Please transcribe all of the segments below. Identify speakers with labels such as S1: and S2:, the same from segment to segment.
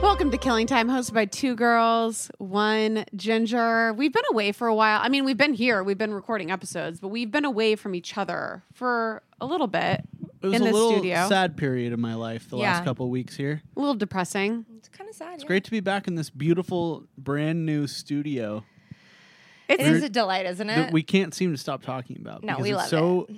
S1: Welcome to Killing Time, hosted by two girls, one ginger. We've been away for a while. I mean, we've been here, we've been recording episodes, but we've been away from each other for a little bit
S2: It was
S1: in
S2: a
S1: the
S2: little
S1: studio.
S2: sad period in my life the
S3: Yeah.
S2: last couple weeks here.
S1: A little depressing.
S3: It's kind of sad.
S2: It's great to be back in this beautiful, brand new studio
S3: It is a delight, isn't
S2: that
S3: it?
S2: we can't seem to stop talking about.
S3: Uh, No,
S2: because
S3: we
S2: it's
S3: love
S2: so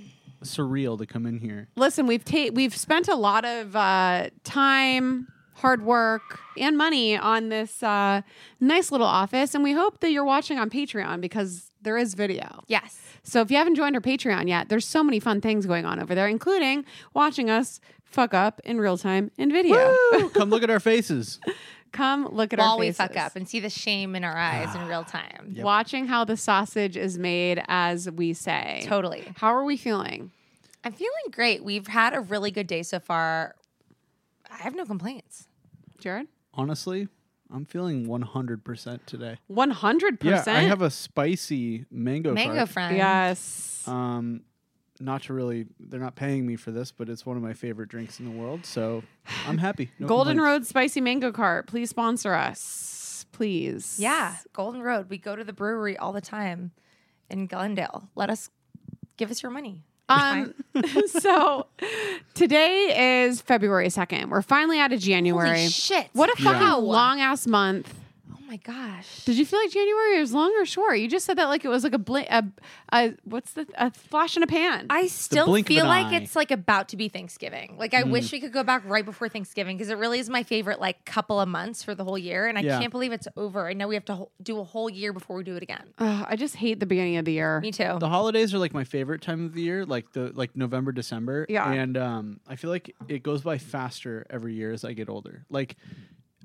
S2: surreal to come in here.
S1: Listen, we've ta- we've spent a lot of uh, time, hard work, and money on this uh, nice little office, and we hope that you're watching on Patreon because there is video.
S3: yes.
S1: So if you haven't joined our Patreon yet, there's so many fun things going on over there, including watching us fuck up in real time in video.
S2: Woo! come look at our faces.
S1: Come look at
S3: While
S1: our
S3: we
S1: faces.
S3: fuck up and see the shame in our eyes in real time.
S1: Watching how the sausage is made, as we say.
S3: Totally.
S1: How are we feeling?
S3: I'm feeling great. We've had a really good day so far. I have no complaints.
S1: Jared?
S2: Honestly, I'm feeling 100% today.
S1: 100%.
S2: Yeah, I have a spicy mango.
S3: Mango
S2: tart.
S3: friend.
S1: Yes.
S2: Um, not to really, they're not paying me for this, but it's one of my favorite drinks in the world. So I'm happy. No
S1: Golden
S2: complaints.
S1: Road Spicy Mango Cart, please sponsor us. Please.
S3: Yeah. Golden Road. We go to the brewery all the time in Glendale. Let us give us your money.
S1: Um, so today is February 2nd. We're finally out of January.
S3: Holy shit.
S1: What a fucking
S3: Wow.
S1: long ass month.
S3: Oh my gosh.
S1: Did you feel like January was long or short? You just said that like it was like a bl- a, a what's the a flash in a pan.
S3: I still
S2: blink of
S3: feel
S2: an
S3: like
S2: eye.
S3: it's like about to be Thanksgiving. Like I
S1: Mm.
S3: wish we could go back right before Thanksgiving because it really is my favorite like couple of months for the whole year, and I
S2: Yeah.
S3: can't believe it's over. I know we have to ho- do a whole year before we do it again.
S1: Ugh, I just hate the beginning of the year.
S3: Me too.
S2: the holidays are like my favorite time of the year, like the like November, December.
S1: Yeah.
S2: And um, I feel like it goes by faster every year as I get older. Like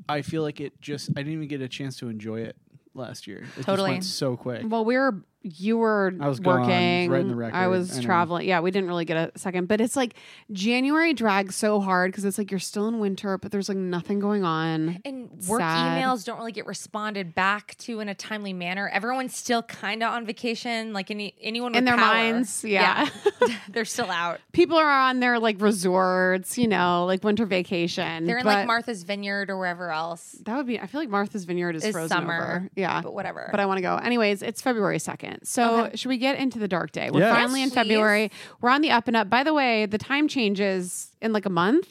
S2: I feel like it just I didn't even get a chance to enjoy it last year. It just
S3: Totally.
S2: went so quick.
S1: Well, we were you were
S2: I was gone,
S1: working.
S2: writing the record,
S1: I
S2: I
S1: was
S2: know.
S1: traveling. Yeah, we didn't really get a second, but it's like January drags so hard because it's like you're still in winter, but there's like nothing going on.
S3: and work
S1: Sad.
S3: emails don't really get responded back to in a timely manner. Everyone's still kind of on vacation. Like any anyone with
S1: In their
S3: power.
S1: minds, yeah.
S3: Yeah. they're still out.
S1: People are on their like resorts, you know, like winter vacation.
S3: They're in
S1: but
S3: like Martha's Vineyard or wherever else.
S1: That would be. I feel like Martha's Vineyard is,
S3: Is
S1: frozen
S3: summer,
S1: over. Yeah,
S3: but whatever.
S1: But I want to go. Anyways, it's February second. So should we get into the dark day? We're
S2: Yes.
S1: finally in
S3: Yes,
S1: February. We're on the up and up. By the way, the time changes in like a month,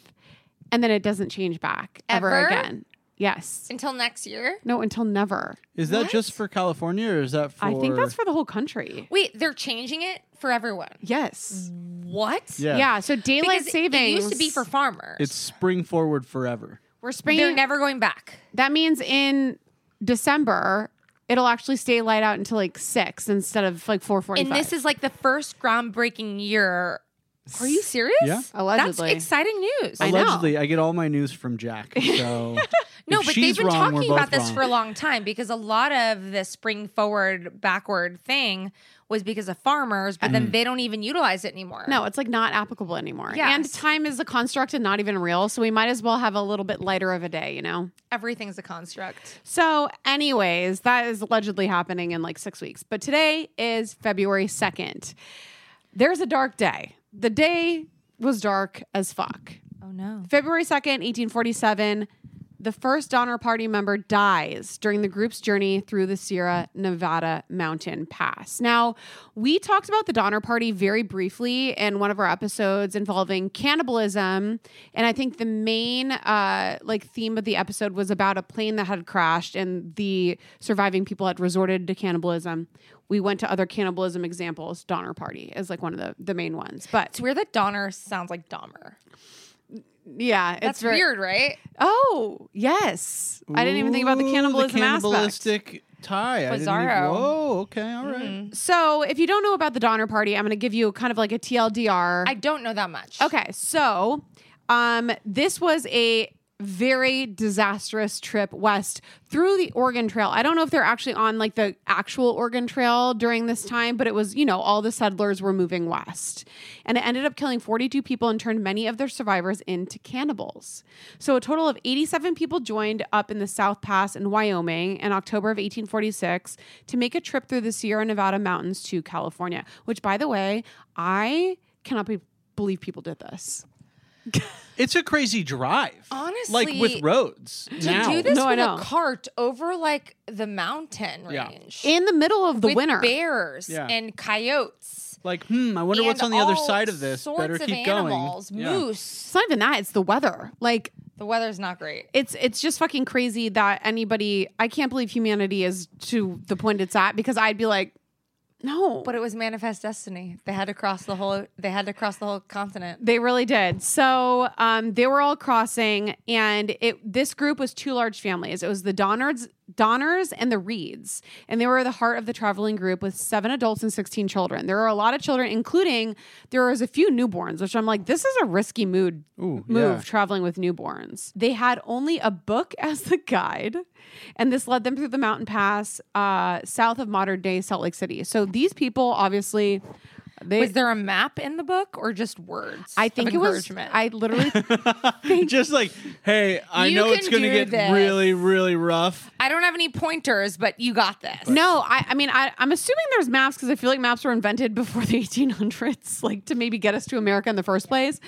S1: and then it doesn't change back ever,
S3: Ever?
S1: again. Yes.
S3: Until next year.
S1: No, until never.
S2: Is that just for California or is that for
S1: I think that's for the whole country.
S3: Wait, they're changing it for everyone.
S1: Yes.
S3: What?
S2: Yeah.
S1: Yeah. so daylight
S3: Because
S1: savings
S3: It used to be for farmers.
S2: it's spring forward forever.
S1: we're springing.
S3: they're never going back.
S1: that means in December it'll actually stay light out until like six instead of like four forty-five.
S3: And this is like the first groundbreaking year. Are you serious?
S2: Yeah.
S1: Allegedly.
S3: That's exciting news.
S1: I know.
S2: Allegedly, I get all my news from Jack. So
S3: No,
S2: If
S3: but
S2: she's
S3: they've been
S2: wrong, we're
S3: talking
S2: both
S3: about this
S2: wrong.
S3: for a long time because a lot of the spring forward, backward thing was because of farmers, but
S2: Mm.
S3: then they don't even utilize it anymore.
S1: No, it's like not applicable anymore. And
S3: Yes.
S1: time is a construct and not even real. So we might as well have a little bit lighter of a day, you know?
S3: everything's a construct.
S1: So, anyways, that is allegedly happening in like six weeks. But today is February 2nd. There's a dark day. The day was dark as fuck.
S3: Oh no.
S1: February 2nd, 1847, the first Donner Party member dies during the group's journey through the Sierra Nevada mountain pass. Now, we talked about the Donner Party very briefly in one of our episodes involving cannibalism. And I think the main uh, like theme of the episode was about a plane that had crashed and the surviving people had resorted to cannibalism. We went to other cannibalism examples. Donner Party is like one of the, the main ones. But
S3: It's weird that Donner sounds like Dahmer.
S1: yeah,
S3: That's
S1: it's very,
S3: weird, right?
S1: Oh, yes. I didn't even think about the
S2: Ooh,
S1: cannibalism aspect.
S2: cannibalistic tie. I didn't even-
S3: Bizarro.
S2: whoa, okay, all
S1: Mm-hmm.
S2: right.
S1: So, if you don't know about the Donner Party, I'm going to give you kind of like a TLDR.
S3: I don't know that much.
S1: okay, so um, this was a very disastrous trip west through the Oregon Trail. I don't know if they're actually on like the actual Oregon Trail during this time, but it was, you know, all the settlers were moving west. And it ended up killing 42 people and turned many of their survivors into cannibals. So a total of 87 people joined up in the South Pass in Wyoming in October of 1846 to make a trip through the Sierra Nevada mountains to California, which by the way, I cannot be- believe people did this.
S2: It's a crazy drive. like
S3: Honestly,
S2: with roads
S3: To
S2: now.
S3: do this
S1: No, I
S3: with
S1: know.
S3: a cart over like the mountain
S2: Yeah.
S3: range
S1: In the middle of the
S3: with
S1: winter.
S3: bears
S2: Yeah.
S3: and coyotes.
S2: Like, hmm, I wonder what's
S3: and
S2: on the other
S3: all
S2: side of this.
S3: Sorts
S2: Better
S3: of
S2: keep
S3: animals,
S2: going. Yeah.
S3: Moose.
S1: it's not even that, it's the weather. Like
S3: The weather's not great.
S1: it's it's just fucking crazy that anybody I can't believe humanity is to the point it's at because I'd be like, no.
S3: But it was manifest destiny. They had to cross the whole. They had to cross the whole continent.
S1: They really did. So um, they were all crossing, and it this group was two large families. It was the Donners, Donners, and the Reeds, and they were the heart of the traveling group with seven adults and sixteen children. There were a lot of children, including there was a few newborns, which I'm like, this is a risky mood
S2: Ooh,
S1: move
S2: yeah.
S1: traveling with newborns. They had only a book as the guide, and this led them through the mountain pass uh, south of modern day Salt Lake City. So these people obviously. They,
S3: Was there a map in the book or just words?
S1: I
S3: of
S1: think it was.
S3: encouragement?
S1: I literally
S2: Just like, hey, I
S3: You
S2: know
S3: can
S2: it's going to
S3: do
S2: get
S3: this.
S2: really, really rough.
S3: I don't have any pointers, but you got this.
S1: No, I, I mean, I, I'm assuming there's maps because I feel like maps were invented before the 1800s, like to maybe get us to America in the first place.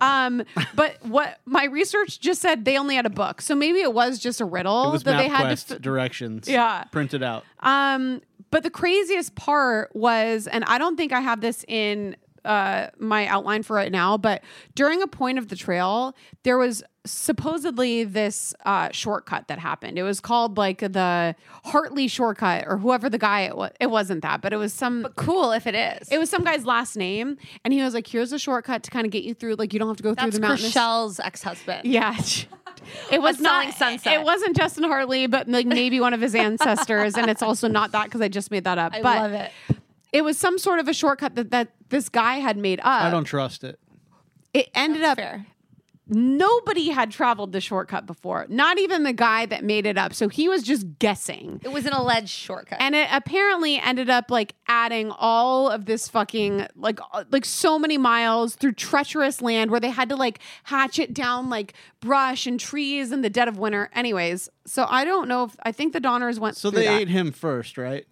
S1: Um, but what my research just said, they only had a book, so maybe it was just a riddle
S2: It was
S1: that they had
S2: MapQuest
S1: to. F-
S2: directions.
S1: Yeah.
S2: Printed out.
S3: Uh,
S1: um, but the craziest part was, and I don't think I have this in uh, my outline for right now, but during a point of the trail, there was supposedly this uh, shortcut that happened. It was called like the Hartley shortcut, or whoever the guy it was. It wasn't that, but it was some.
S3: But cool if it is.
S1: it was some guy's last name, and he was like, "Here's a shortcut to kind of get you through. Like, you don't have to go
S3: That's
S1: through the mountains."
S3: Chriselle's ex-husband.
S1: Yeah. It was
S3: Selling
S1: not
S3: Sunset.
S1: It wasn't Justin Hartley, but like maybe one of his ancestors, and it's also not that because I just made that up.
S3: I
S1: but
S3: love it.
S1: it was some sort of a shortcut that, that this guy had made up.
S2: I don't trust it.
S1: it ended up nobody had traveled the shortcut before, not even the guy that made it up. So he was just guessing.
S3: It was an alleged shortcut.
S1: And it apparently ended up like adding all of this fucking like uh, like so many miles through treacherous land where they had to like hatch it down like brush and trees in the dead of winter. Anyways, so I don't know if I think the Donners went
S2: So
S1: through
S2: they
S1: that.
S2: ate him first, right?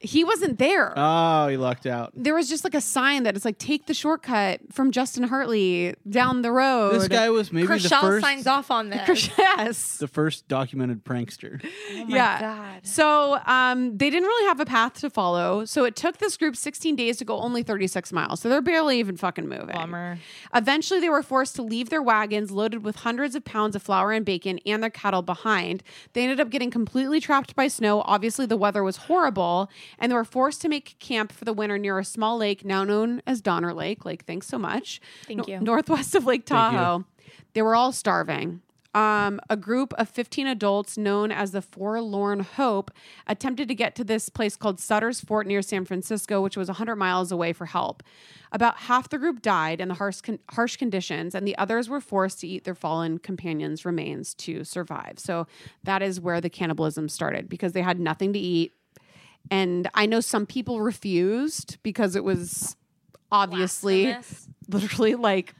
S1: He wasn't there.
S2: Oh, he lucked out.
S1: there was just like a sign that it's like take the shortcut from Justin Hartley down the road.
S2: This guy was maybe the
S3: Chriselle
S2: first,
S3: signs off on this.
S1: yes.
S2: the first documented prankster.
S1: yeah.
S3: Oh God.
S1: So um, they didn't really have a path to follow. So it took this group 16 days to go only 36 miles. So they're barely even fucking moving.
S3: Bummer.
S1: Eventually, they were forced to leave their wagons loaded with hundreds of pounds of flour and bacon and their cattle behind. They ended up getting completely trapped by snow. Obviously, the weather was horrible, and they were forced to make camp for the winter near a small lake now known as Donner Lake. Like, thanks so much.
S3: Thank you.
S1: Northwest of Lake Tahoe. They were all starving. um, a group of 15 adults known as the Forlorn Hope attempted to get to this place called Sutter's Fort near San Francisco, which was 100 miles away for help. About half the group died in the harsh, con- harsh conditions, and the others were forced to eat their fallen companions' remains to survive. So that is where the cannibalism started because they had nothing to eat. And I know some people refused because it was obviously
S3: Blasphemous.
S1: literally like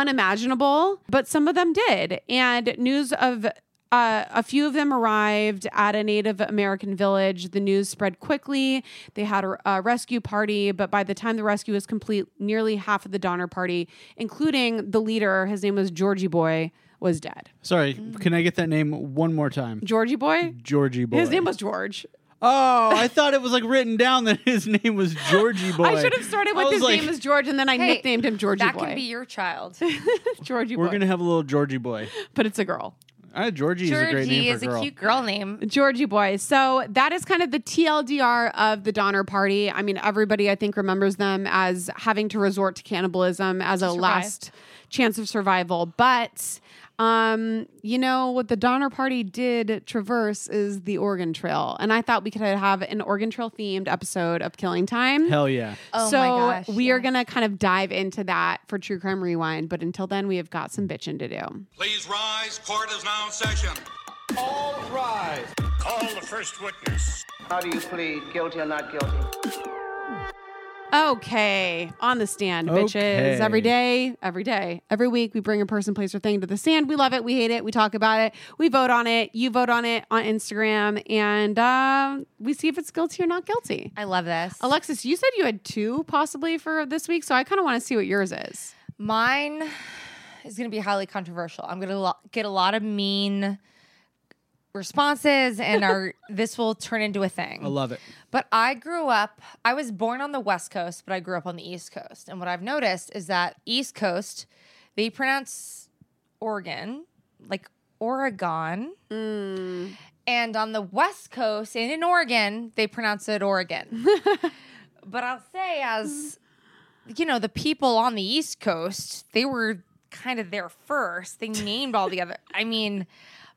S1: unimaginable, but some of them did. And news of uh, a few of them arrived at a Native American village. The news spread quickly. They had a, a rescue party, but by the time the rescue was complete, nearly half of the Donner Party, including the leader, his name was Georgie Boy, was dead.
S2: Sorry,
S3: Mm.
S2: can I get that name one more time?
S1: Georgie Boy?
S2: Georgie boy.
S1: His name was George.
S2: Oh, I thought it was like written down that his name was Georgie boy.
S1: I should have started
S2: I
S1: with
S2: was
S1: his
S2: like,
S1: name is George, and then I
S3: Hey,
S1: nicknamed him Georgie
S3: that
S1: Boy.
S3: can be your child.
S1: Georgie
S2: We're
S1: Boy,
S2: gonna have a little Georgie boy.
S1: but it's a girl.
S2: All right, Georgie is a great
S3: Georgie
S2: name
S3: is
S2: for girl.
S3: a cute girl name.
S1: Georgie boys. So that is kind of the TLDR of the Donner Party. I mean, everybody I think remembers them as having to resort to cannibalism as a
S3: survive.
S1: last chance of survival. But um, you know what the Donner Party did traverse is the Oregon Trail, and I thought we could have an Oregon Trail themed episode of Killing Time.
S2: Hell yeah!
S3: Oh
S1: so
S3: my gosh,
S1: we are
S3: yeah.
S1: gonna kind of dive into that for True Crime Rewind. But until then, we have got some bitching to do.
S4: Please rise. Court is now in session.
S5: All rise.
S4: Call the first witness.
S5: How do you plead, guilty or not guilty?
S1: Okay, on the stand,
S2: Okay.
S1: bitches. Every day, every day, every week, we bring a person, place, or thing to the stand. We love it. We hate it. We talk about it. We vote on it. You vote on it on Instagram, and um, we see if it's guilty or not guilty.
S3: I love this.
S1: Alexis, you said you had two possibly for this week, so I kind of want to see what yours is.
S3: Mine is going to be highly controversial. I'm going to lo- get a lot of mean responses, and our this will turn into a thing.
S2: I love it.
S3: But I grew up, I was born on the West Coast, but I grew up on the East Coast. And what I've noticed is that East Coast, they pronounce Oregon like Oregon. And on the West Coast and in Oregon, they pronounce it Oregon. but I'll say, as you know, the people on the East Coast, they were kind of there first. They named all the other. I mean,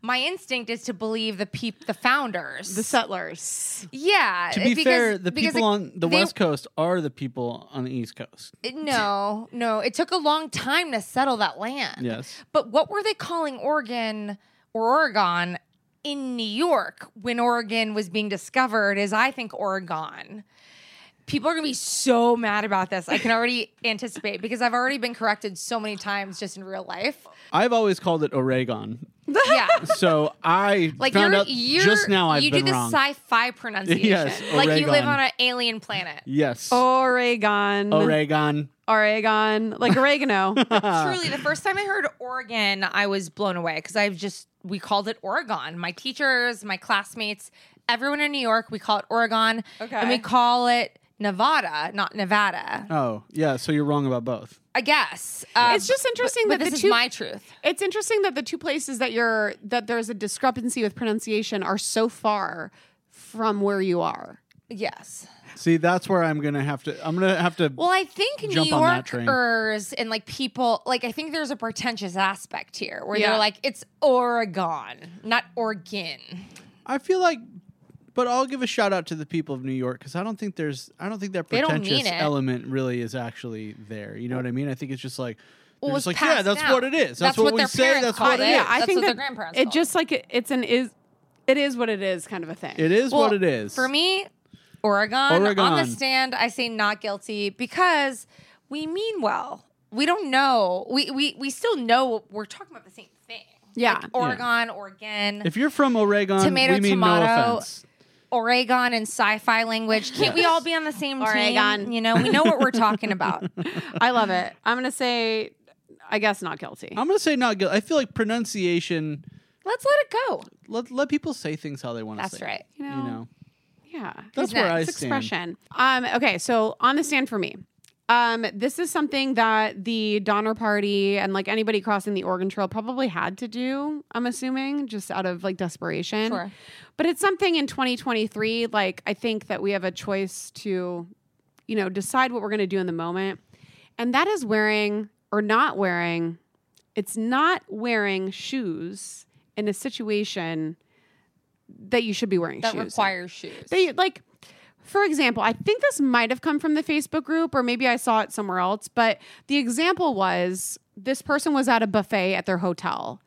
S3: my instinct is to believe the peop, the founders,
S1: settlers.
S3: yeah.
S2: To be
S3: uh, because-
S2: fair, the
S3: because
S2: people
S3: it-
S2: on the
S3: they-
S2: West Coast are the people on the East Coast.
S3: it- No, no. It took a long time to settle that land.
S2: Yes.
S3: But what were they calling Oregon or Oregon in New York when Oregon was being discovered is I think Oregon. People are going to be so mad about this. I can already anticipate because I've already been corrected so many times just in real life.
S2: I've always called it Oregon.
S3: Yeah.
S2: So I
S3: Like
S2: found
S3: you're,
S2: out
S3: you're
S2: just now I've
S3: you
S2: been
S3: do the
S2: wrong.
S3: sci-fi pronunciation.
S2: Yes,
S3: like you live
S2: Oregon.
S3: on an alien planet.
S2: yes.
S3: Oh.
S1: Oregon.
S2: Oregon.
S1: Oregon. Like oregano.
S3: Truly, the first time I heard Oregon, I was blown away because I've just we called it Oregon. My teachers, my classmates, everyone in New York, we call it Oregon, and we
S1: Okay.
S3: call it Nevada, not Nevada.
S2: Oh yeah. So you're wrong about both.
S3: I guess Um,
S1: It's just interesting
S3: but
S1: that
S3: this
S1: the
S3: is
S1: two-
S3: my truth.
S1: It's interesting that the two places that you're that there's a discrepancy with pronunciation are so far from where you are.
S3: Yes.
S2: See, that's where I'm gonna have to. I'm gonna have to.
S3: Well, I think New
S2: Jump on that train.
S3: Yorkers and like people, like I think there's a pretentious aspect here where
S1: Yeah.
S3: they're like, it's Oregon, not Oregon.
S2: I feel like, but I'll give a shout out to the people of New York because I don't think there's, I don't think that
S3: They don't
S2: pretentious
S3: mean it.
S2: element really is there. You know what I mean? I think it's just like,
S3: Well,
S2: they're
S3: it's
S2: just like, yeah,
S3: passed
S2: that's
S3: down.
S2: what it is. That's,
S3: That's
S2: what,
S3: what
S2: we
S3: their
S2: say.
S3: parents
S2: That's what
S3: called
S2: it
S3: it.
S2: is.
S3: Yeah, I- That's what their grandparents
S1: it
S3: call
S1: just like it, it's an is it is what it is kind of a thing.
S2: It is what it is.
S3: For me, Oregon, on the
S2: Oregon.
S3: stand, I say not guilty because we mean well. We don't know. We we we still know we're talking about the same thing.
S1: Yeah.
S3: Like Oregon, Oregon,
S2: if you're from Oregon,
S3: Tomato,
S2: we mean no
S3: tomato.
S2: offense.
S3: Oregon and sci-fi language. Can't we all be on the same team?
S1: Oregon.
S3: You know, we know what we're talking about.
S1: I love it. I'm gonna say, I guess not guilty.
S2: I'm gonna say not guilty. I feel like pronunciation.
S3: Let's let it go.
S2: Let let people say things how they want to
S3: That's
S2: say.
S3: right.
S2: It, you
S1: You know.
S2: know,
S1: yeah,
S2: that's where I
S1: it's
S2: stand.
S1: expression. Um, okay, so on the stand for me. Um, this is something that the Donner Party and like anybody crossing the Oregon Trail probably had to do, I'm assuming, just out of like desperation.
S3: Sure.
S1: But it's something in 2023, like I think that we have a choice to, you know, decide what we're going to do in the moment. And that is wearing or not wearing It's not wearing shoes in a situation that you should be wearing
S3: that
S1: shoes. in.
S3: requires shoes.
S1: They like, for example, I think this might have come from the Facebook group, or maybe I saw it somewhere else. But the example was this person was at a buffet at their hotel,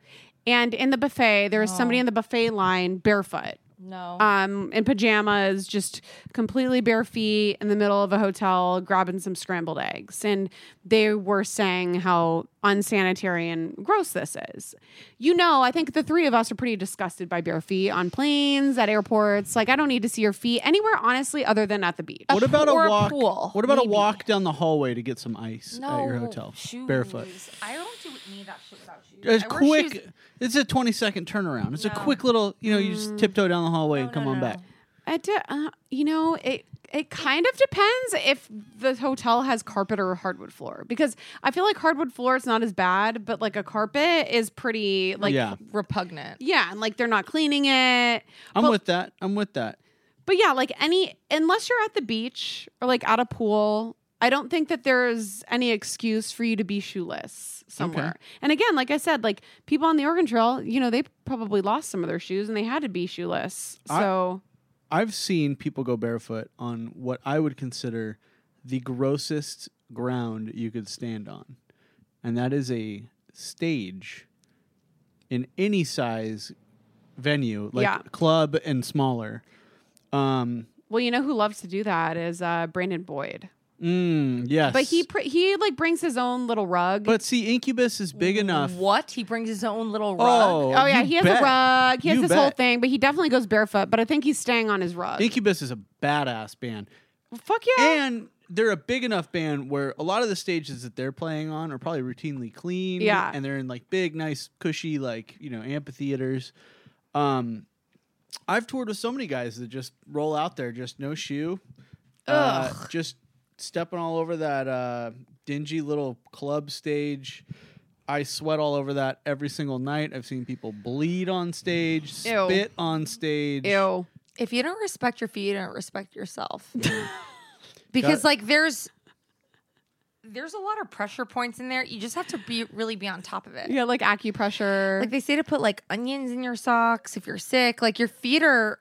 S1: and in the buffet there was somebody in the buffet line barefoot,
S3: no.
S1: um, in pajamas, just completely bare feet in the middle of a hotel, grabbing some scrambled eggs, and they were saying how unsanitary and gross this is. You know, I think the three of us are pretty disgusted by bare feet on planes, at airports. Like, I don't need to see your feet anywhere, honestly, other than at the beach.
S2: What about a
S3: or a
S2: walk?
S3: pool,
S2: what about
S3: maybe.
S2: a walk down the hallway to get some ice
S3: no
S2: at your hotel,
S3: shoes.
S2: barefoot?
S3: I don't do need that shit without shoes.
S2: It's
S3: I wear
S2: quick.
S3: shoes-
S2: It's a twenty second turnaround. It's a quick little. You know, you
S1: Mm.
S2: just tiptoe down the hallway
S1: Oh,
S2: and come on back.
S1: I do, uh, you know, it it kind of depends if the hotel has carpet or hardwood floor because I feel like hardwood floor is not as bad, but like a carpet is pretty like
S2: yeah,
S3: repugnant.
S1: yeah, and like they're not cleaning it.
S2: I'm
S1: but,
S2: with that. I'm with that.
S1: but yeah, like any unless you're at the beach or like at a pool, I don't think that there's any excuse for you to be shoeless somewhere.
S2: Okay.
S1: And again, like I said, like people on the Oregon Trail, you know, they probably lost some of their shoes and they had to be shoeless.
S2: I-
S1: So
S2: I've seen people go barefoot on what I would consider the grossest ground you could stand on, and that is a stage in any size venue, like
S1: Yeah.
S2: club and smaller. Um,
S1: Well, you know who loves to do that is uh, Brandon Boyd,
S2: mm, yes,
S1: but he pr- he like brings his own little rug.
S2: But see, Incubus is big enough.
S3: What? He brings his own little rug.
S2: Oh,
S1: oh yeah,
S2: you
S1: he has
S2: bet.
S1: a rug. He has
S2: You
S1: this whole
S2: bet.
S1: thing, but he definitely goes barefoot. But I think he's staying on his rug.
S2: Incubus is a badass band.
S1: Fuck yeah!
S2: And they're a big enough band where a lot of the stages that they're playing on are probably routinely clean.
S1: Yeah.
S2: And they're in like big, nice, cushy, like, you know, amphitheaters. Um I've toured with so many guys that just roll out there, just no shoe. uh, just stepping all over that uh dingy little club stage. I sweat all over that every single night. I've seen people bleed on stage,
S1: Ew.
S2: spit on stage.
S1: Ew.
S3: if you don't respect your feet, you don't respect yourself. because like there's there's a lot of pressure points in there. You just have to be really be on top of it.
S1: Yeah, like acupressure.
S3: Like they say to put like onions in your socks if you're sick. Like your feet are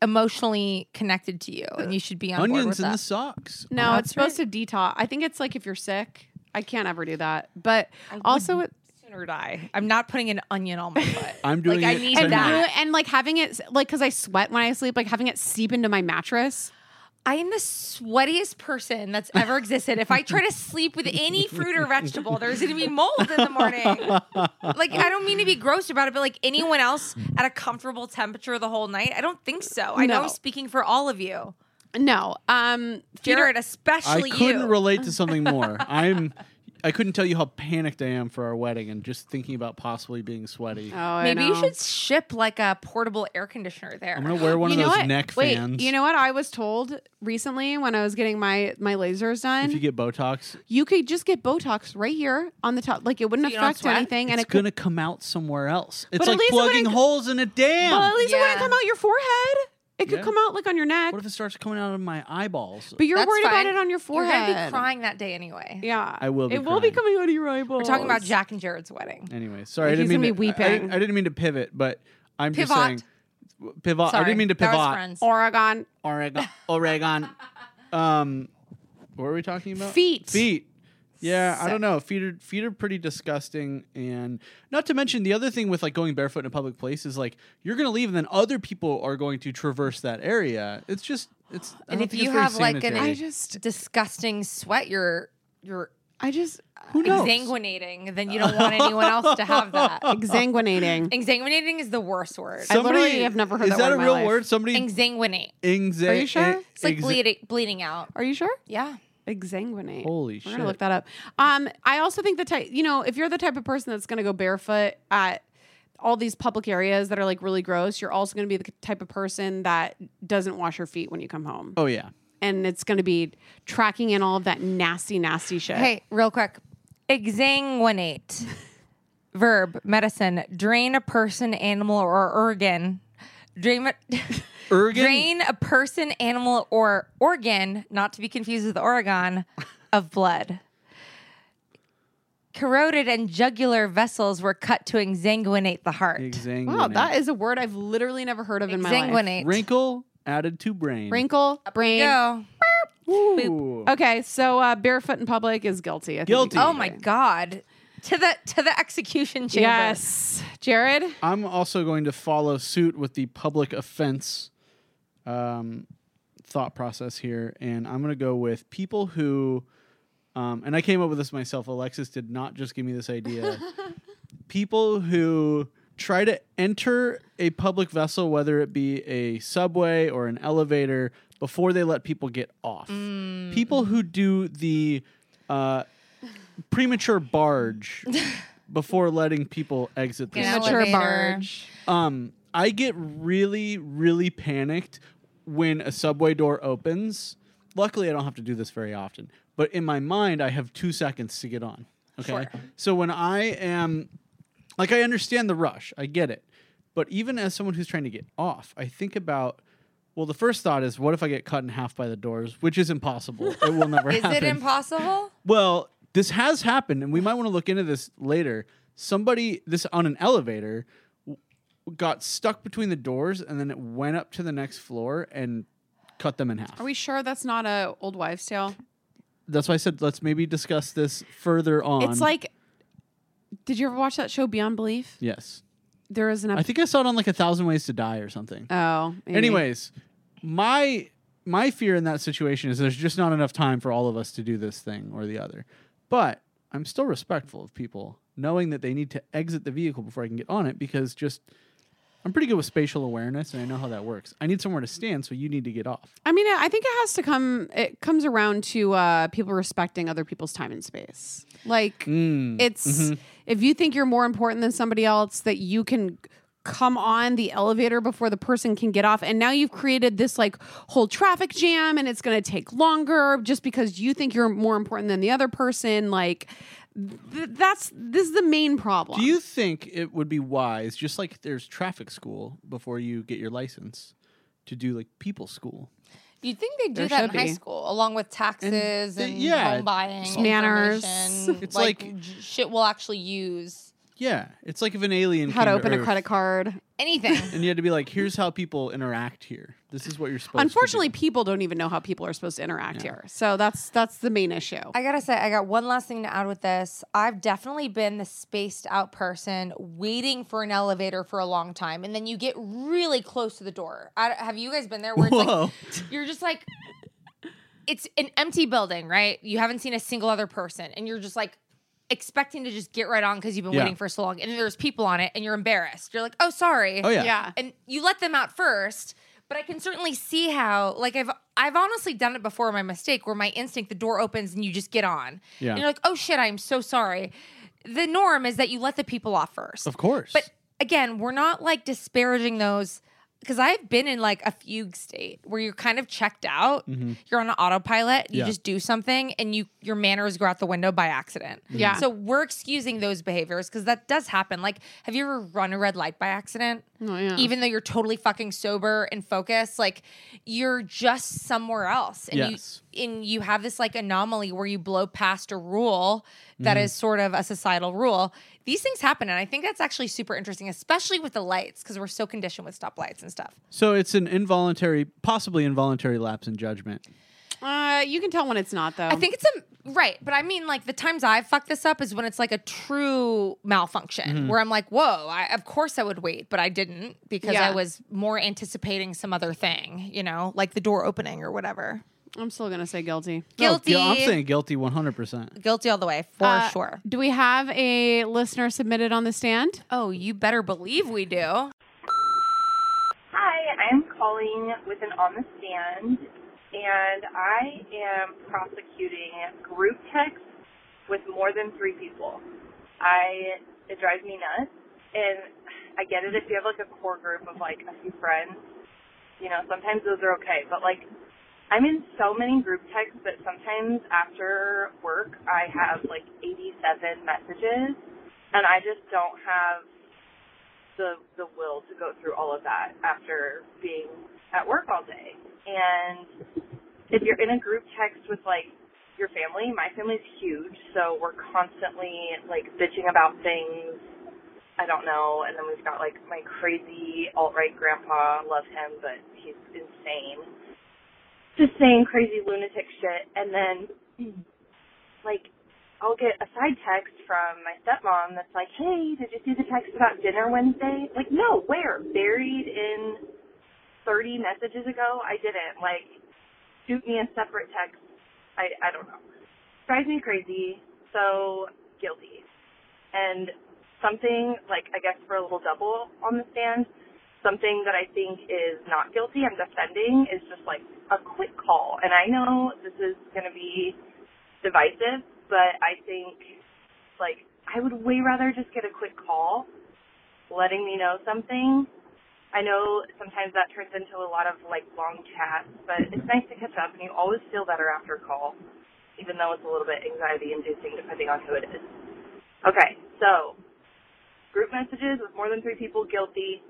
S3: emotionally connected to you, and you should be on board with
S2: Onions in the
S3: that.
S2: socks.
S1: no, it's
S3: Oh, That's
S1: supposed to detox. I think it's like if you're sick. I can't ever do that. But also, it,
S3: Sooner die. I'm not putting an onion on my foot.
S2: I'm doing
S3: like,
S2: it
S3: I need
S2: tonight.
S1: and,
S3: that.
S1: ru- and like having it like because I sweat when I sleep, like having it seep into my mattress.
S3: I am the sweatiest person that's ever existed. If I try to sleep with any fruit or vegetable, there's going to be mold in the morning. Like, I don't mean to be gross about it, but like anyone else at a comfortable temperature the whole night, I don't think so. I know
S1: No.
S3: I'm speaking for all of you,
S1: No, um, feet are-
S3: Jared, especially
S2: I couldn't
S3: you.
S2: relate to something more. I'm I couldn't tell you how panicked I am for our wedding and just thinking about possibly being sweaty.
S1: Oh, I
S3: Maybe you
S1: know.
S3: should ship like a portable air conditioner there.
S2: I'm gonna wear one
S1: You
S2: of
S1: know
S2: those
S1: what?
S2: neck
S1: Wait,
S2: fans.
S1: You know what I was told recently when I was getting my my lasers done?
S2: if you
S1: You,
S2: get Botox,
S1: could just get Botox right here on the top, like it wouldn't
S3: you don't
S1: affect
S3: sweat?
S1: anything, and
S2: it's
S1: it could.
S2: gonna come out somewhere else. It's
S1: at
S2: like
S1: least it
S2: plugging
S1: wouldn't-
S2: holes in a dam.
S1: Well, at least it wouldn't
S3: Yeah.
S1: come out your forehead. It could
S2: Yeah.
S1: come out like on your neck.
S2: what if it starts coming out of my eyeballs?
S1: but you're
S3: That's
S1: worried about
S3: fine.
S1: it on your
S3: You're
S1: forehead.
S3: going to be crying that day anyway.
S1: Yeah,
S2: I will be
S1: It will be
S2: crying.
S1: coming out of your eyeballs.
S3: We're talking about Jack and Jared's wedding.
S2: anyway, sorry, I
S1: He's
S2: didn't mean
S1: gonna be
S2: to, I- I didn't-
S1: weeping.
S2: I, didn't mean to pivot, but I'm just
S3: Pivot.
S2: saying pivot.
S3: Sorry.
S2: I didn't mean to
S3: That was
S2: pivot.
S3: friends.
S1: Oregon.
S2: Oregon, Oregon. um, what were we talking about?
S1: Feet.
S2: Feet. Yeah, I don't know. Feet are feet are pretty disgusting, and not to mention the other thing with like going barefoot in a public place is like you're gonna leave, and then other people are going to traverse that area. It's just it's. I
S3: and
S2: don't
S3: if
S2: think
S3: you
S2: it's very
S3: have like an
S2: sanitary.
S1: I just-
S3: disgusting sweat, you're you're
S1: I just uh,
S2: who knows?
S3: exsanguinating, then you don't want anyone else to have that.
S1: exanguinating.
S3: Exsanguinating is the worst word.
S1: I literally have never heard
S2: is
S1: that word
S2: that, a
S1: in my
S2: real
S1: life.
S2: word? Somebody
S3: Exsanguinate.
S2: exa- eh,
S1: Are you sure?
S3: It's like
S2: exa-
S3: bleeding bleeding out.
S1: Are you sure?
S3: Yeah.
S1: Exanguinate.
S2: Holy
S1: We're gonna
S2: shit.
S1: look that up. Um, I also think the type, you know, if you're the type of person that's gonna go barefoot at all these public areas that are like really gross, you're also gonna be the type of person that doesn't wash your feet when you come home,
S2: Oh yeah.
S1: and it's gonna be tracking in all of that nasty, nasty shit.
S3: Hey, real quick. Exsanguinate. Verb, medicine, drain a person, animal, or organ. Drain a,
S2: Ergen?
S3: drain a person, animal, or organ, not to be confused with Oregon, of blood. Corroded and jugular vessels were cut to exsanguinate the heart.
S2: Exanguinate.
S1: Wow, that is a word I've literally never heard of in my life.
S3: Exsanguinate.
S2: wrinkle added to brain.
S1: Wrinkle, brain.
S3: Go.
S2: Ooh.
S1: Okay, so uh, barefoot in public is guilty. I think we
S2: Guilty.
S1: can
S3: Oh
S2: Okay.
S3: my
S1: agree.
S3: God. To the to the execution chamber.
S1: Yes, Jared.
S2: I'm also going to follow suit with the public offense um, thought process here, and I'm going to go with people who, um, and I came up with this myself. Alexis did not just give me this idea. people who try to enter a public vessel, whether it be a subway or an elevator, before they let people get off. People who do the uh, premature barge. Before letting people exit the
S3: An
S2: subway.
S1: Premature
S3: elevator.
S1: barge.
S2: Um, I get really, really panicked when a subway door opens. Luckily, I don't have to do this very often, but in my mind, I have two seconds to get on. Okay. So when I am, like, I understand the rush, I get it. But even as someone who's trying to get off, I think about, well, the first thought is, what if I get cut in half by the doors, which is impossible. It will never
S3: Is
S2: happen.
S3: it impossible?
S2: Well, this has happened, and we might want to look into this later. Somebody, this on an elevator, w- got stuck between the doors, and then it went up to the next floor and cut them in half.
S1: Are we sure that's not a old wives' tale?
S2: That's why I said let's maybe discuss this further on.
S1: It's like, did you ever watch that show Beyond Belief?
S2: yes,
S1: There is an
S2: I
S1: episode.
S2: think I saw it on like a thousand ways to die or something.
S1: Oh,
S2: Mm-hmm.
S1: maybe.
S2: Anyways, my my fear in that situation is there's just not enough time for all of us to do this thing or the other. But I'm still respectful of people knowing that they need to exit the vehicle before I can get on it because just I'm pretty good with spatial awareness and I know how that works. I need somewhere to stand, so you need to get off.
S1: I mean, I think it has to come. It comes around to uh, people respecting other people's time and space. Like
S2: Mm. Mm-hmm.
S1: it's if you think you're more important than somebody else, that you can come on the elevator before the person can get off, and now you've created this like whole traffic jam, and it's going to take longer just because you think you're more important than the other person. Like th- that's this is the main problem.
S2: Do you think it would be wise, just like there's traffic school before you get your license, to do like people school?
S3: You'd think they do
S1: There
S3: that in
S1: should
S3: high
S1: be.
S3: school, along with taxes
S2: the-
S3: and,
S2: yeah,
S3: home buying,
S1: manners.
S3: information,
S2: It's
S3: like,
S2: like-
S3: j- shit we'll actually use.
S2: Yeah, it's like if an alien
S1: how to
S2: came
S1: open a
S2: Earth
S1: credit card?
S3: Anything.
S2: and you had to be like, here's how people interact here. This is what you're supposed.
S1: Unfortunately,
S2: to do.
S1: people don't even know how people are supposed to interact here, so that's that's the main issue.
S3: I gotta say, I got one last thing to add with this. I've definitely been the spaced out person waiting for an elevator for a long time, and then you get really close to the door. I, have you guys been there where it's
S2: Whoa.
S3: like you're just like it's an empty building, right? You haven't seen a single other person, and you're just like expecting to just get right on because you've been
S2: Yeah.
S3: waiting for so long, and then there's people on it, and you're embarrassed. You're like, oh, sorry
S2: oh yeah,
S1: yeah.
S3: and you let them out first but i can certainly see how like i've i've honestly done it before my mistake where my instinct the door opens and you just get on
S2: Yeah.
S3: and you're like oh shit i'm so sorry the norm is that you let the people off first
S2: of course.
S3: but again we're not like disparaging those because i've been in like a fugue state where you're kind of checked out you're on an autopilot you
S2: Yeah.
S3: just do something and you your manners go out the window by accident
S1: Yeah.
S3: so we're excusing those behaviors because that does happen like have you ever run a red light by accident
S1: Oh, yeah.
S3: even though you're totally fucking sober and focused like you're just somewhere else and
S2: Yes.
S3: you and you have this like anomaly where you blow past a rule that is sort of a societal rule these things happen and i think that's actually super interesting especially with the lights because we're so conditioned with stoplights and stuff
S2: so it's an involuntary, possibly involuntary lapse in judgment.
S1: Uh, you can tell when it's not though.
S3: i think it's a right but i mean like the times i've fucked this up is when it's like a true malfunction where i'm like whoa I, of course i would wait but i didn't because
S1: Yeah.
S3: i was more anticipating some other thing you know like the door opening or whatever
S1: I'm still gonna say guilty.
S2: No,
S3: guilty
S2: gu- I'm saying guilty 100. percent
S3: guilty all the way for
S1: Uh,
S3: sure
S1: Do we have a listener submitted on the stand?
S3: oh you better believe we do
S6: Hi, I'm calling with an on the stand, and I am prosecuting group texts with more than three people. I it drives me nuts, and I get it if you have like a core group of like a few friends, you know, sometimes those are okay, but like I'm in so many group texts that sometimes after work I have like 87 messages, and I just don't have the the will to go through all of that after being at work all day. And if you're in a group text with like
S7: your family. My family's huge, so we're constantly like bitching about things. I don't know. And then we've got like my crazy alt right grandpa. Love him, but he's insane. Just saying crazy lunatic shit. And then like I'll get a side text from my stepmom that's like, "Hey, did you see the text about dinner Wednesday?" Like, no, where? Buried in thirty messages ago. I didn't like shoot me a separate text. I I don't know. Drives me crazy. So guilty. And something like I guess for a little double on the stand, something that I think is not guilty. I'm defending is just like a quick call. And I know this is gonna be divisive, but I think like I would way rather just get a quick call letting me know something. I know sometimes that turns into a lot of like long chats, but it's nice to catch up and you always feel better after a call, even though it's a little bit anxiety inducing depending on who it is. Okay, so group messages with more than three people guilty.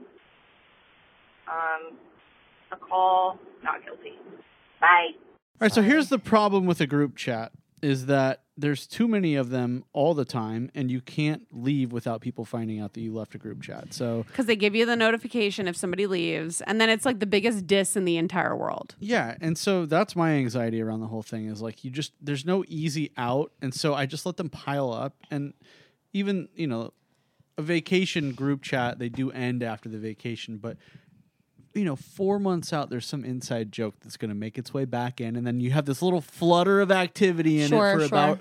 S7: Um, a call, not guilty. Bye.
S2: All right, so here's the problem with a group chat is that there's too many of them all the time and you can't leave without people finding out that you left a group chat. So,
S1: Because they give you the notification if somebody leaves, and then it's like the biggest diss in the entire world.
S2: yeah, and so that's my anxiety around the whole thing is like you just there's no easy out and so I just let them pile up and even, you know, a vacation group chat, they do end after the vacation, but you know, four months out, there's some inside joke that's going to make its way back in. And then you have this little flutter of activity in
S3: Sure,
S2: it for
S3: sure.
S2: about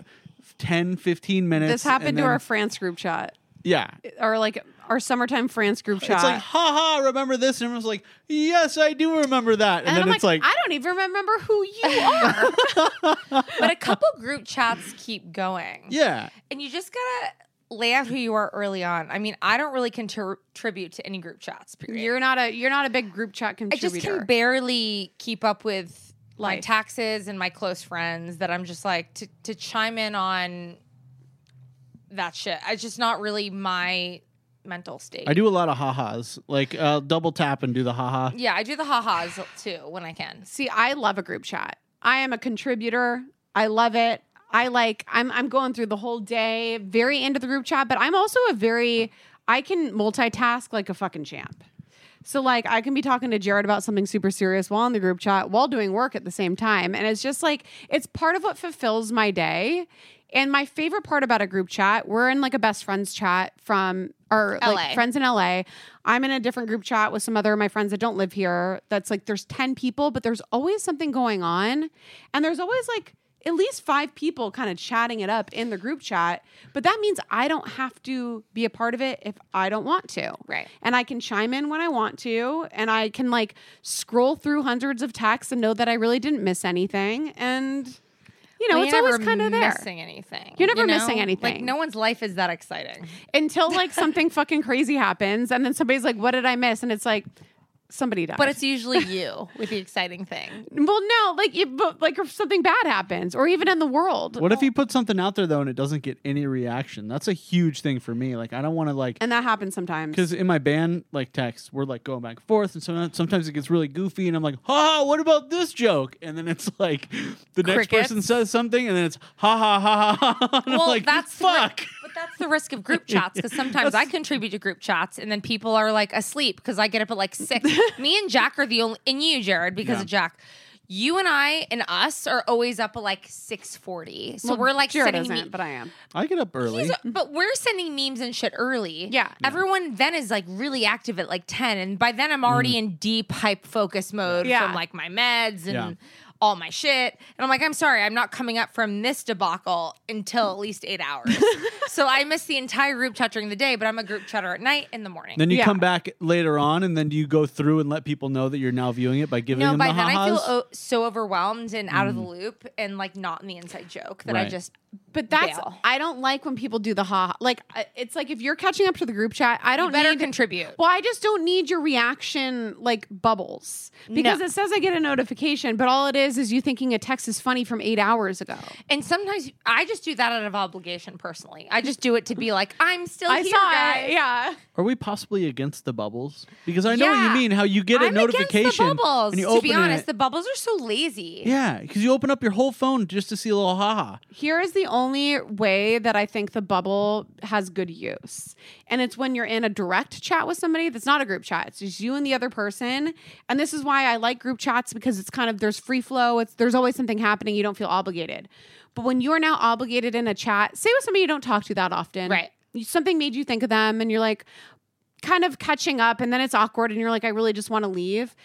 S2: 10, 15 minutes.
S1: This happened
S2: and
S1: to
S2: then-
S1: our France group chat,
S2: Yeah.
S1: or like our summertime France group chat.
S2: It's like, ha ha, remember this? And everyone's like, yes, I do remember that. And,
S1: and
S2: then
S1: I'm
S2: it's like,
S1: I don't even remember who you are.
S3: But a couple group chats keep going.
S2: yeah.
S3: And you just gotta lay out who you are early on. I mean, I don't really contribute to any group chats. Period.
S1: you're not a you're not a big group chat
S3: I
S1: contributor.
S3: just can barely keep up with my
S1: Life.
S3: taxes and my close friends. That I'm just like to to chime in on that shit. It's just not really my mental state.
S2: I do a lot of ha ha's. Like, uh, double tap and do the ha ha.
S3: Yeah, I do the ha ha's too when I can.
S1: See, I love a group chat. I am a contributor. I love it. I like I'm I'm going through the whole day, very into the group chat, but I'm also a very I can multitask like a fucking champ. So like I can be talking to Jared about something super serious while in the group chat while doing work at the same time and it's just like it's part of what fulfills my day. And my favorite part about a group chat, we're in like a best friends chat from or
S3: LA.
S1: like friends in LA. I'm in a different group chat with some other of my friends that don't live here. That's like there's 10 people, but there's always something going on. And there's always like at least five people kind of chatting it up in the group chat. But that means I don't have to be a part of it if I don't want to.
S3: Right.
S1: And I can chime in when I want to. And I can like scroll through hundreds of texts and know that I really didn't miss anything. And, you know,
S3: Well,
S1: it's
S3: you're
S1: always
S3: never
S1: kind of there
S3: Missing anything?
S1: You're never
S3: you know?
S1: missing
S3: Like
S1: anything.
S3: no one's life is that exciting.
S1: until like something fucking crazy happens. And then somebody's like, what did I miss? And it's like, somebody died.
S3: But it's usually you with the exciting thing.
S1: Well, no, like if, but, like if something bad happens, or even in the world,
S2: What if you put something out there, though, and it doesn't get any reaction? That's a huge thing for me. Like, I don't want to, like,
S1: and that happens sometimes.
S2: because in my band like text we're like going back and forth and sometimes, sometimes it gets really goofy and i'm like ha ha what about this joke and then it's like the next
S3: Crickets.
S2: person says something and then it's ha ha ha ha ha, ha and
S3: well,
S2: i'm like
S3: that's the ri-
S2: fuck
S3: but that's the risk of group chats because sometimes I contribute to group chats and then people are like asleep because I get up at like six. Me and Jack are the only, and you, Jared, because
S2: Yeah.
S3: of Jack. You and I and us are always up at like six forty, so
S1: Well,
S3: we're like
S1: Jared
S3: sending
S1: doesn't,
S3: me-
S1: but I am.
S2: i get up early
S3: These are- but we're sending memes and shit early.
S1: Yeah. Yeah.
S3: Everyone then is like really active at like 10. And by then I'm
S2: Mm.
S3: already in deep hype focus mode
S1: Yeah.
S3: from like my meds and
S2: Yeah.
S3: all my shit. And I'm like, I'm sorry, I'm not coming up from this debacle until at least eight hours. so I miss the entire group chat during the day, but I'm a group chatter at night in the morning.
S2: then you
S1: Yeah.
S2: come back later on and then you go through and let people know that you're now viewing it by giving
S3: no,
S2: them
S3: by
S2: the
S3: then I
S2: ha
S3: feel
S2: ha's
S3: o- so overwhelmed and out of the loop and like not in the inside joke that I
S2: Right.
S3: just
S1: But that's
S3: bail.
S1: I don't like when people do the ha. Like I- it's like if you're catching up to the group chat, I don't
S3: better
S1: need,
S3: contribute.
S1: Well, I just don't need your reaction like bubbles because
S3: No.
S1: it says I get a notification, but all it is is you thinking a text is funny from eight hours ago.
S3: And sometimes I just do that out of obligation personally. I just do it to be like, I'm still
S1: I
S3: here,
S1: saw
S3: guys.
S1: it. Yeah.
S2: Are we possibly against the bubbles? Because I know what
S3: Yeah.
S2: you mean. How you get a
S3: I'm against
S2: notification
S3: the bubbles.
S2: and you
S3: to be
S2: open
S3: honest,
S2: it.
S3: the bubbles are so lazy.
S2: yeah, because you open up your whole phone just to see a little haha.
S1: Here is the only way that I think the bubble has good use. And it's when you're in a direct chat with somebody that's not a group chat. It's just you and the other person. And this is why I like group chats because it's kind of there's free flow. It's there's always something happening. You don't feel obligated. But when you are now obligated in a chat, say with somebody you don't talk to that often.
S3: Right.
S1: you- Something made you think of them and you're like kind of catching up and then it's awkward and you're like, I really just want to leave.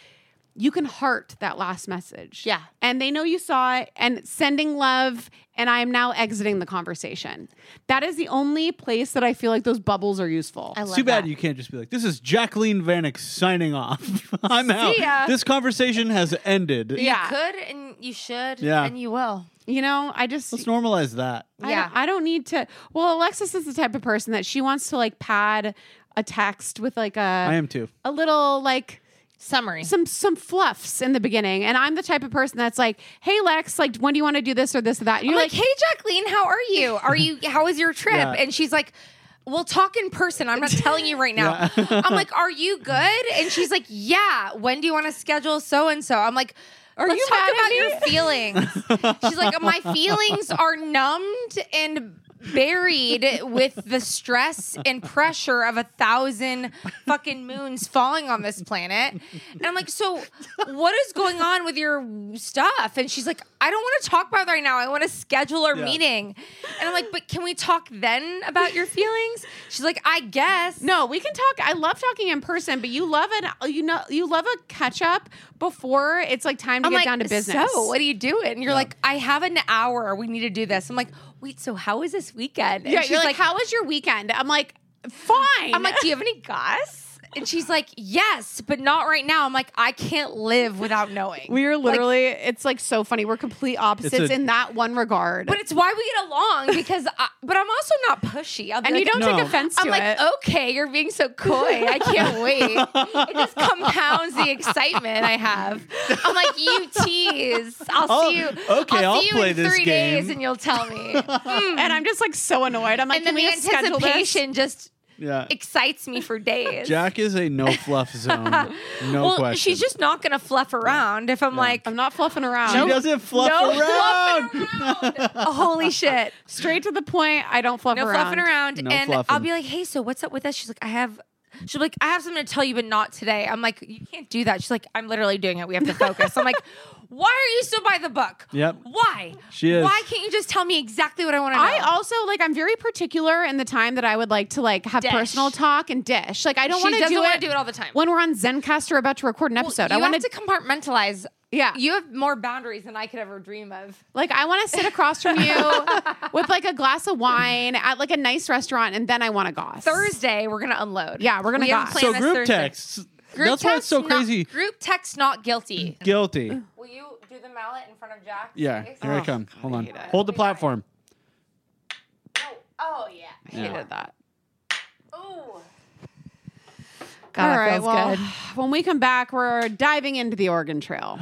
S1: You can heart that last message
S3: Yeah.
S1: and they know you saw it and sending love and i am now exiting the conversation that is the only place that i feel like those bubbles are useful
S3: I love
S2: It's too bad
S3: that.
S2: you can't just be like, "This is Jacqueline Vanek signing off. I'm out.
S1: ya."
S2: This conversation has ended."
S3: You
S1: Yeah.
S3: could and you should
S2: Yeah.
S3: and you will.
S1: you know i just
S2: Let's normalize that.
S1: I,
S3: yeah.
S1: don't, I don't need to well alexis is the type of person that she wants to like pad a text with like
S2: I
S1: a
S2: am too.
S1: a little like
S3: Summary.
S1: some some fluffs in the beginning and i'm the type of person that's like hey lex like when do you want to do this or this or that and
S3: I'm
S1: you're
S3: like, hey, Jacqueline, how are you? Are you? How is your trip?
S2: Yeah.
S3: And she's like, we'll talk in person. I'm not telling you right now. I'm like, are you good? And she's like, yeah. When do you want to schedule so and so? I'm like, are Let's
S1: you
S3: talk
S1: mad at
S3: about
S1: me?"
S3: your feelings. she's like, my feelings are numbed and buried with the stress and pressure of a thousand fucking moons falling on this planet. And I'm like, so what is going on with your stuff? And she's like, I don't want to talk about it right now. I want to schedule our
S2: Yeah.
S3: meeting. And I'm like, but can we talk then about your feelings? She's like, I guess.
S1: No, we can talk. I love talking in person, but you love an you know you love a catch up before it's like time to
S3: I'm
S1: get
S3: like,
S1: down to business.
S3: So what are you doing? And you're like, I have an hour. We need to do this. I'm like, wait, so how was this weekend? And
S1: yeah,
S3: she's
S1: you're like, how was your weekend? I'm like, fine.
S3: I'm like, do you have any goss? And she's like, yes, but not right now. I'm like, I can't live without knowing.
S1: we are literally. it's like so funny. We're complete opposites
S2: a-
S1: in that one regard.
S3: but it's why we get along because, I, but I'm also not pushy. I'll be
S1: and you
S3: like,
S1: don't
S2: No.
S1: take offense to
S3: I'm like, "Oh."
S1: it.
S3: okay, you're being so coy. I can't wait. It just compounds the excitement I have. I'm like, you tease. I'll
S1: Oh,
S2: I'll-
S3: see you.
S2: okay,
S3: I'll,
S2: I'll
S3: see you
S2: play
S3: in
S2: this
S3: three days,
S2: game.
S3: and you'll tell me. Mm.
S1: and I'm just like so annoyed. I'm like,
S3: and
S1: can
S3: then the
S1: we just schedule this?
S3: anticipation just
S2: Yeah.
S3: excites me for days.
S2: Jack is a no fluff zone. No
S3: well,
S2: question.
S3: she's just not gonna fluff around if I'm like,
S1: I'm not fluffing around.
S2: she doesn't fluff
S3: no
S2: around.
S3: fluffing around. holy shit.
S1: Straight to the point. I don't fluff
S3: No
S1: around.
S3: fluffing around.
S2: No
S3: and I'll
S2: fluffing.
S3: be like, hey, so what's up with us? She's like, I have. She'll be like, I have something to tell you, but not today. I'm like, you can't do that. She's like, I'm literally doing it. We have to focus. I'm like, why are you so by the book?
S2: Yep.
S3: Why?
S2: She is.
S3: Why can't you just tell me exactly what I want to know?
S1: I also like I'm very particular in the time that I would like to like have
S3: Dish.
S1: personal talk and dish. Like I don't
S3: She
S1: want to
S3: doesn't
S1: do
S3: wanna
S1: it
S3: do it all the time.
S1: When we're on Zencast or about to record an
S3: Well,
S1: episode,
S3: you
S1: I want
S3: have to compartmentalize.
S1: Yeah.
S3: You have more boundaries than I could ever dream of.
S1: like I want to sit across from you with like a glass of wine at like a nice restaurant and then I want to goss.
S3: Thursday, we're gonna unload.
S1: Yeah, we're gonna
S3: We haven't
S1: goss.
S3: planned
S2: so
S3: this
S2: group
S3: Thursday.
S2: texts.
S3: Group
S2: That's why it's so
S3: text not-
S2: crazy.
S3: group text not guilty.
S2: Guilty.
S3: Will you do the mallet in front of Oh. Jack?
S2: Yeah.
S3: please?
S2: Here I come. Hold on. Hold the platform.
S3: Oh, oh, yeah.
S1: I hated that.
S3: Ooh.
S1: All right, well, when we come back, we're diving into the Oregon Trail.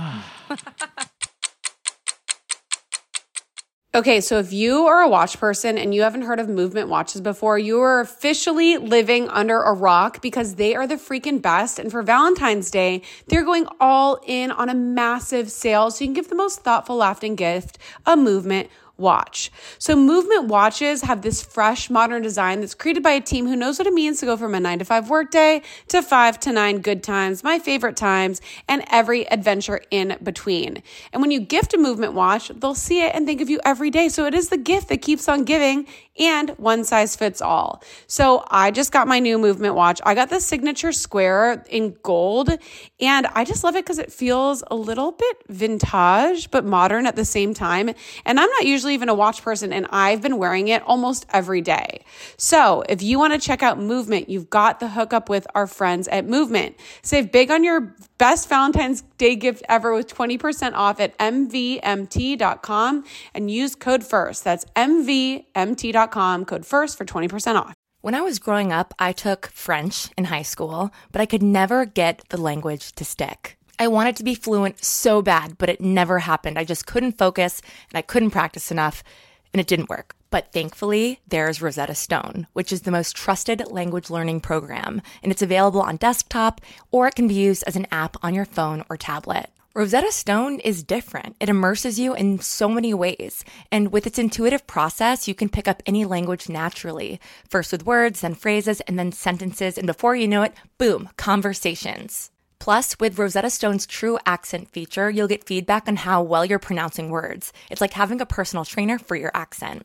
S1: Okay, so if you are a watch person and you haven't heard of movement watches before, you are officially living under a rock because they are the freaking best. And for Valentine's Day, they're going all in on a massive sale. So you can give the most thoughtful, lasting gift a movement watch. So movement watches have this fresh modern design that's created by a team who knows what it means to go from a nine to five workday to five to nine good times, my favorite times, and every adventure in between. And when you gift a movement watch, they'll see it and think of you every day. So it is the gift that keeps on giving and one size fits all. So I just got my new movement watch. I got the signature square in gold and I just love it because it feels a little bit vintage but modern at the same time. And I'm not usually usually even a watch person, and I've been wearing it almost every day. So if you want to check out Movement, you've got the hookup with our friends at Movement. Save big on your best Valentine's Day gift ever with 20% off at MVMT.com and use code FIRST. That's MVMT.com, code FIRST for 20% off.
S7: When I was growing up, I took French in high school, but I could never get the language to stick. I wanted to be fluent so bad, but it never happened. I just couldn't focus and I couldn't practice enough, and it didn't work. But thankfully, there's Rosetta Stone, which is the most trusted language learning program, and it's available on desktop or it can be used as an app on your phone or tablet. Rosetta Stone is different. It immerses you in so many ways. And with its intuitive process, you can pick up any language naturally, first with words, then phrases, and then sentences. And before you know it, boom, conversations. Plus, with Rosetta Stone's true accent feature, you'll get feedback on how well you're pronouncing words. It's like having a personal trainer for your accent.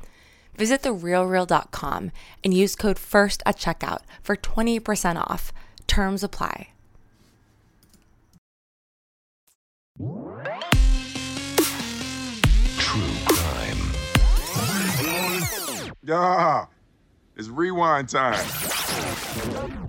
S7: Visit therealreal.com and use code FIRST at checkout for 20% off. Terms apply.
S8: Ah, it's rewind time.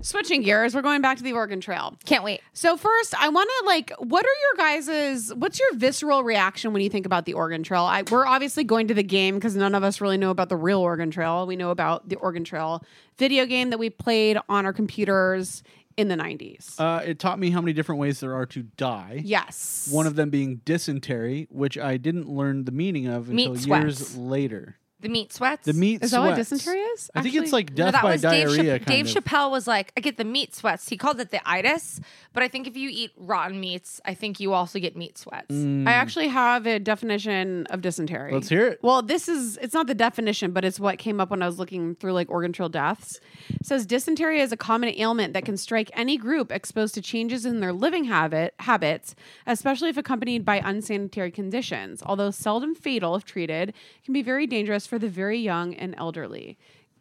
S1: Switching gears, we're going back to the Oregon Trail.
S3: Can't wait.
S1: So first, I want to like, what are your guys's? What's your visceral reaction when you think about the Oregon Trail? I, we're obviously going to the game because none of us really know about the real Oregon Trail. We know about the Oregon Trail video game that we played on our computers in the nineties.
S2: Uh, it taught me how many different ways there are to die.
S1: yes,
S2: One of them being dysentery, which I didn't learn the meaning of
S3: Meat
S2: until
S3: sweats.
S2: years later.
S3: The meat sweats.
S2: The meat
S1: is that
S2: sweats.
S1: what dysentery is?
S2: I think it's
S1: Actually-
S2: like
S3: No,
S2: death
S3: that
S2: by
S3: was Dave,
S2: diarrhea. kind
S3: Chapp- Dave
S2: of.
S3: Chappelle was like, I get the meat sweats. He called it the itis, but I think if you eat rotten meats, I think you also get meat sweats.
S2: Mm.
S1: I actually have a definition of dysentery.
S2: Hmm. Let's hear it.
S1: Well, this is it's not the definition, but it's what came up when I was looking through like Oregon Trail deaths. It says dysentery is a common ailment that can strike any group exposed to changes in their living habit habits, especially if accompanied by unsanitary conditions. Although seldom fatal if treated, it can be very dangerous for the very young and elderly.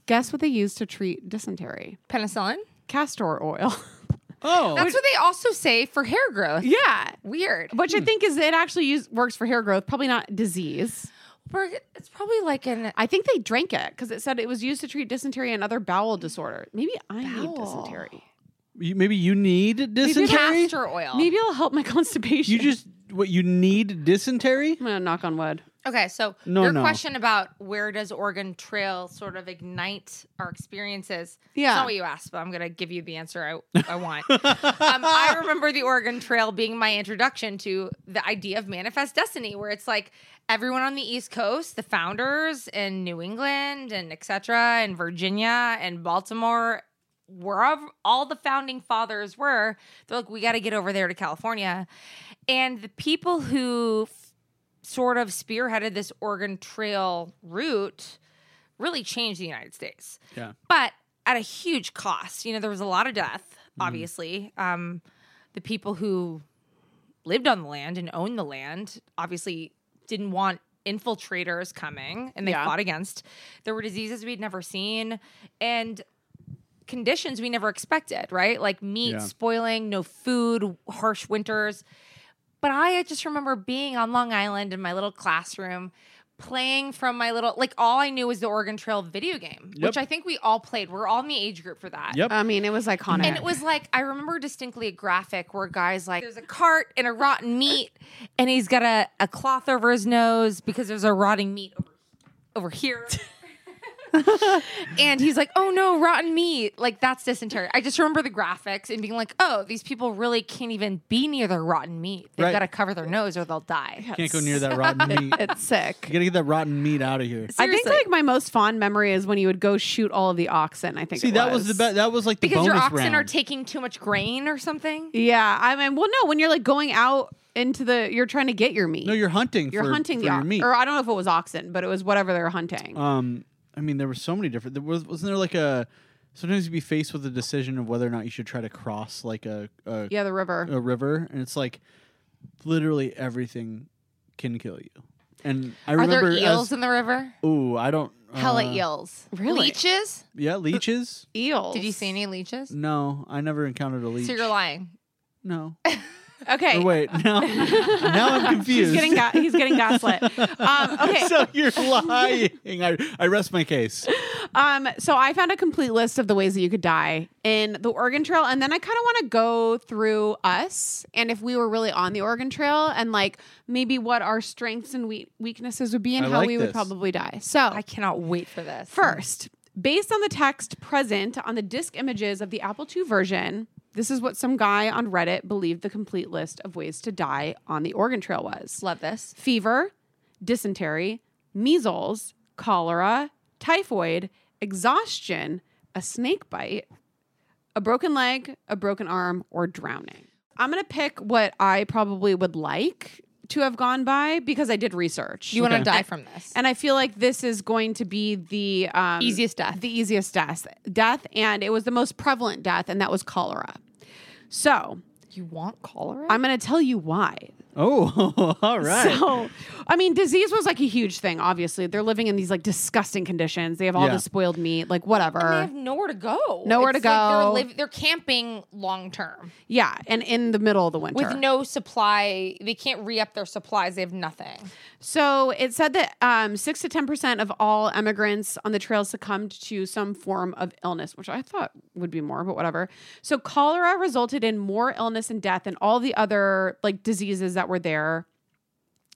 S1: Guess what they use to treat dysentery?
S3: Penicillin.
S1: Castor oil.
S2: Oh,
S3: That's what they also say for hair growth.
S1: yeah.
S3: Weird.
S1: Which I
S2: Hmm.
S1: think is it actually use, works for hair growth, probably not disease.
S3: We're- It's probably like an
S1: I think they drank it because it said it was used to treat dysentery and other bowel disorder. Maybe I need dysentery.
S2: you, maybe you need dysentery.
S3: castor oil.
S1: Maybe it'll help my constipation.
S2: You just what you need dysentery?
S1: I'm gonna knock on wood.
S3: Okay, so
S2: No,
S3: your
S2: no.
S3: question about where does Oregon Trail sort of ignite our experiences?
S1: Yeah.
S3: it's not what you asked, but I'm gonna give you the answer I, I want. um, I remember the Oregon Trail being my introduction to the idea of manifest destiny, where it's like everyone on the East Coast, the founders in New England and etc., and Virginia and Baltimore, wherever all the founding fathers were, they're like, we got to get over there to California, and the people who f- sort of spearheaded this Oregon Trail route really changed the United States.
S2: Yeah.
S3: But at a huge cost. You know, there was a lot of death,
S2: Mm.
S3: obviously. Um, the people who lived on the land and owned the land obviously didn't want infiltrators coming and they
S1: Yeah.
S3: fought against. There were diseases we'd never seen and conditions we never expected, right? Like meat
S2: Yeah.
S3: spoiling, no food, harsh winters. But I just remember being on Long Island in my little classroom playing from my little like all I knew was the Oregon Trail video game,
S2: Yep.
S3: which I think we all played. We're all in the age group for that.
S2: Yep.
S1: I mean, it was iconic.
S3: And it was like I remember distinctly a graphic where guys like there's a cart and a rotten meat, and he's got a, a cloth over his nose because there's a rotting meat over, over here. and he's like, "Oh no, rotten meat! Like that's dysentery." I just remember the graphics and being like, "Oh, these people really can't even be near their rotten meat. They've
S2: Right.
S3: got to cover their nose or they'll die."
S2: Can't go near that rotten meat. You
S1: It's sick.
S2: gotta get that rotten meat out of here.
S1: I think
S3: Seriously.
S1: like my most fond memory is when you would go shoot all of the oxen. I think
S2: See,
S1: it
S2: that was the best. That was like the
S3: Because your
S2: bonus
S3: oxen
S2: round.
S3: are taking too much grain or something.
S1: Yeah, I mean, well, no, when you're like going out into the, you're trying to get your meat.
S2: no, you're hunting.
S1: you're
S2: for,
S1: hunting
S2: for
S1: the
S2: your
S1: ox-
S2: meat.
S1: or I don't know if it was oxen, but it was whatever they were hunting.
S2: Um, I mean, there were so many different. There was wasn't there like a sometimes you'd be faced with a decision of whether or not you should try to cross like a a,
S1: yeah, the river.
S2: a river, and it's like literally everything can kill you. And I
S3: Are
S2: remember
S3: there eels
S2: as,
S3: in the river?
S2: ooh, I don't
S3: Hella
S2: uh,
S3: eels.
S1: Really?
S3: Leeches?
S2: Yeah, leeches.
S1: Eels.
S3: Did you see any leeches?
S2: No, I never encountered a leech.
S3: So you're lying.
S2: No.
S1: Okay.
S2: Or wait, no. now I'm confused.
S1: He's getting, ga- he's getting gaslit. Um, okay.
S2: so you're lying. I, I rest my case.
S1: Um, so I found a complete list of the ways that you could die in the Oregon Trail, and then I kind of want to go through us and if we were really on the Oregon Trail and like maybe what our strengths and we- weaknesses would be and
S2: I
S1: how
S2: like
S1: we would
S2: this.
S1: probably die. So
S3: I cannot wait for this.
S1: first, based on the text present on the disk images of the Apple II version, this is what some guy on Reddit believed the complete list of ways to die on the Oregon Trail was
S3: Love this.
S1: fever, dysentery, measles, cholera, typhoid, exhaustion, a snake bite, a broken leg, a broken arm, or drowning. I'm going to pick what I probably would like to have gone by because I did research.
S3: You want to die from this?
S1: and I feel like this is going to be the um,
S3: Easiest death.
S1: The easiest death. Death, and it was the most prevalent death, and that was cholera. So
S3: you want cholera?
S1: I'm going to tell you why.
S2: Oh, all right.
S1: So, I mean, disease was like a huge thing. Obviously, they're living in these like disgusting conditions. They have all
S2: Yeah.
S1: the spoiled meat, like
S3: they have
S1: whatever.
S3: nowhere to go.
S1: Nowhere to
S3: It's like
S1: go.
S3: they're, liv- they're camping long term
S1: yeah, and in the middle of the winter.
S3: with no supply. They can't re up their supplies. They have nothing.
S1: so it said that um, six to ten percent of all emigrants on the trail succumbed to some form of illness, which I thought would be more, but whatever. So cholera resulted in more illness and death than all the other like diseases that were there.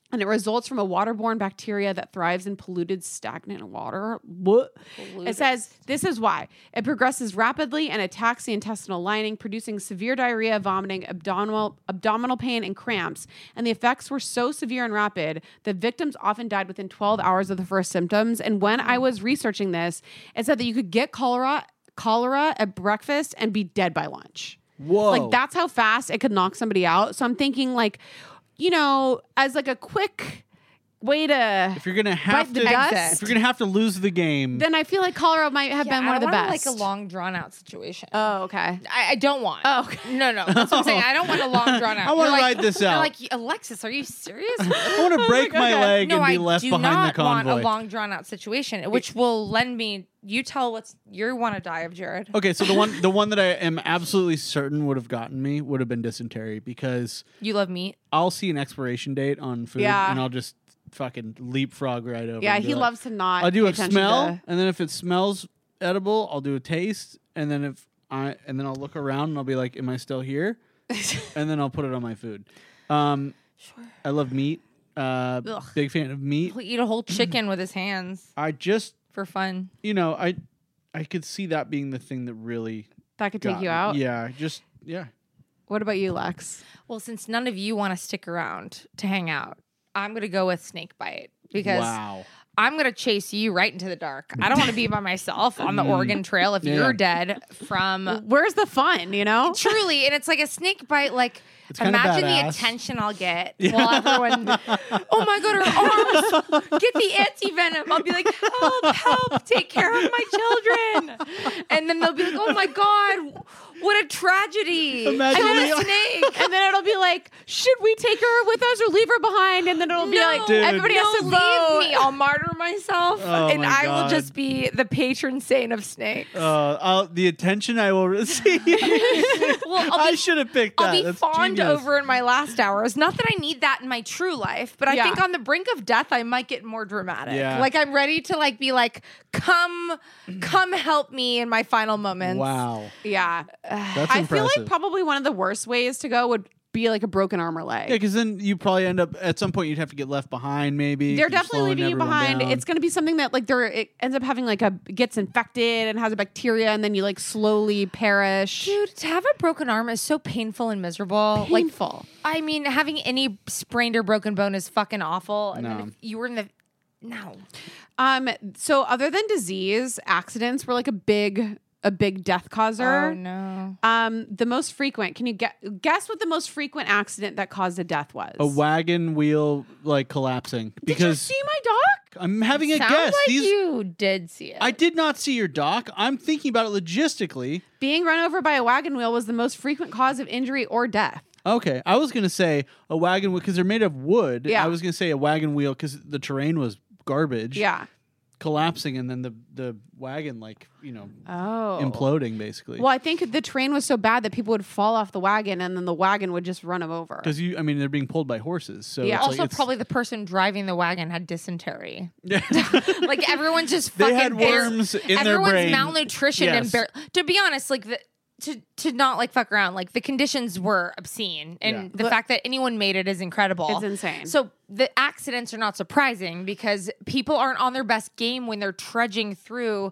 S1: And it results from a waterborne bacteria that thrives in polluted, stagnant water. What? It says this is why it progresses rapidly and attacks the intestinal lining, producing severe diarrhea, vomiting, abdominal abdominal pain, and cramps. And the effects were so severe and rapid that victims often died within 12 hours of the first symptoms. And when I was researching this, it said that you could get cholera cholera at breakfast and be dead by lunch.
S2: Whoa.
S1: Like that's how fast it could knock somebody out. So I'm thinking like, you know, as like a quick way to
S2: If you're gonna have
S1: Bite
S2: to,
S1: the dust?
S2: if you're gonna have to lose the game,
S1: then I feel like cholera might have been
S3: I
S1: one of the
S3: want,
S1: best.
S3: Like a long drawn out situation.
S1: oh, okay.
S3: I, I don't want.
S1: Oh, okay.
S3: no, no. That's what I'm saying. I don't want a long drawn out.
S2: I wanna
S3: You're like-
S2: ride this
S3: you're
S2: out.
S3: Like Alexis, are you serious?
S2: I want to break my
S1: okay.
S2: leg
S3: Oh no,
S2: and be
S3: I
S2: left
S3: do
S2: behind
S3: not
S2: the convoy.
S3: want a long drawn out situation, which will lend me. You tell what's you want to die of, Jared.
S2: okay, so the one the one that I am absolutely certain would have gotten me would have been dysentery because
S3: You love meat.
S2: I'll see an expiration date on food
S1: Yeah.
S2: and I'll just fucking leapfrog right over.
S1: Yeah,
S2: and be
S1: he
S2: like,
S1: loves to not.
S2: I'll do
S1: pay
S2: a
S1: attention
S2: smell,
S1: to-
S2: and then if it smells edible, I'll do a taste, and then if I and then I'll look around and I'll be like, "Am I still here?" and then I'll put it on my food. Um,
S3: Sure.
S2: I love meat. Uh,
S3: Ugh.
S2: big fan of meat.
S3: He'll eat a whole chicken with his hands
S2: I just,
S3: for fun.
S2: you know, I, I could see that being the thing that really
S1: That could
S2: got
S1: take you
S2: me.
S1: out.
S2: Yeah, just yeah.
S1: What about you, Lex?
S3: Well, since none of you want to stick around to hang out, I'm going to go with snake bite because
S2: wow.
S3: I'm going to chase you right into the dark. I don't want to be by myself on the Oregon Trail if
S2: Yeah.
S3: you're dead from
S1: Where's the fun? You know,
S3: Truly, and it's like a snake bite. Like,
S2: It's kinda
S3: imagine the
S2: badass.
S3: attention I'll get while everyone, oh my god, her arms! Get the anti venom. I'll be like, help, help, take care of my children. And then they'll be like, oh my god, what a tragedy!
S2: Imagine
S3: I
S2: the-
S3: met a snake.
S1: and then it'll be like, should we take her with us or leave her behind? And then it'll be like,
S2: Dude.
S1: everybody has to
S3: no,
S1: vote.
S3: leave me. I'll martyr myself,
S2: Oh
S3: and
S2: my
S3: I will
S2: God.
S3: just be the patron saint of snakes.
S2: Uh, I'll, the attention I will receive.
S3: well, I'll
S2: I
S3: be-
S2: should have picked that.
S3: I'll be
S2: That's
S3: fawned
S2: genius.
S3: over in my last hours. Not that I need that in my true life, but I
S1: Yeah.
S3: think on the brink of death, I might get more dramatic.
S2: Yeah.
S3: Like I'm ready to like be like, come, come help me in my final moments.
S2: Wow,
S1: Yeah,
S2: that's
S1: I feel
S2: impressive.
S1: like probably one of the worst ways to go would be like a broken arm or leg.
S2: yeah, because then you probably end up at some point you'd have to get left behind. Maybe
S1: they're
S2: 'cause you're
S1: definitely
S2: slowing
S1: leaving you
S2: everyone
S1: behind.
S2: down.
S1: It's going to be something that like there it ends up having like a gets infected and has a bacteria, and then you like slowly perish.
S3: Dude, to have a broken arm is so painful and miserable.
S1: Painful.
S3: Like, I mean, having any sprained or broken bone is fucking awful. And then
S2: No.
S3: if you were in the no.
S1: Um. So other than disease, accidents were like a big a big death causer.
S3: no.
S1: Um. The most frequent. Can you get guess what the most frequent accident that caused a death was?
S2: a wagon wheel like collapsing
S1: Did you
S2: because
S1: see my dog?
S2: I'm having a
S3: Sounds
S2: guess.
S3: like
S2: These
S3: you did see it.
S2: I did not see your doc. I'm thinking about it logistically.
S1: Being run over by a wagon wheel was the most frequent cause of injury or death.
S2: Okay, I was gonna say a wagon wheel because they're made of wood.
S1: Yeah.
S2: I was gonna say a wagon wheel because the terrain was garbage.
S1: Yeah.
S2: collapsing and then the the wagon like you know
S1: Oh.
S2: imploding basically.
S1: Well, I think the train was so bad that people would fall off the wagon and then the wagon would just run them over.
S2: Because you, I mean, they're being pulled by horses. So
S1: Yeah.
S2: it's like
S3: also,
S2: it's-
S3: probably the person driving the wagon had dysentery. like everyone's just
S2: They
S3: fucking
S2: had
S3: bare-
S2: worms in their
S3: everyone's
S2: brain.
S3: malnutrition and
S2: Yes.
S3: bare, to be honest like the to, to not like fuck around like the conditions were obscene and
S2: Yeah.
S3: the fact that anyone made it is incredible
S1: It's insane.
S3: so the accidents are not surprising because people aren't on their best game when they're trudging through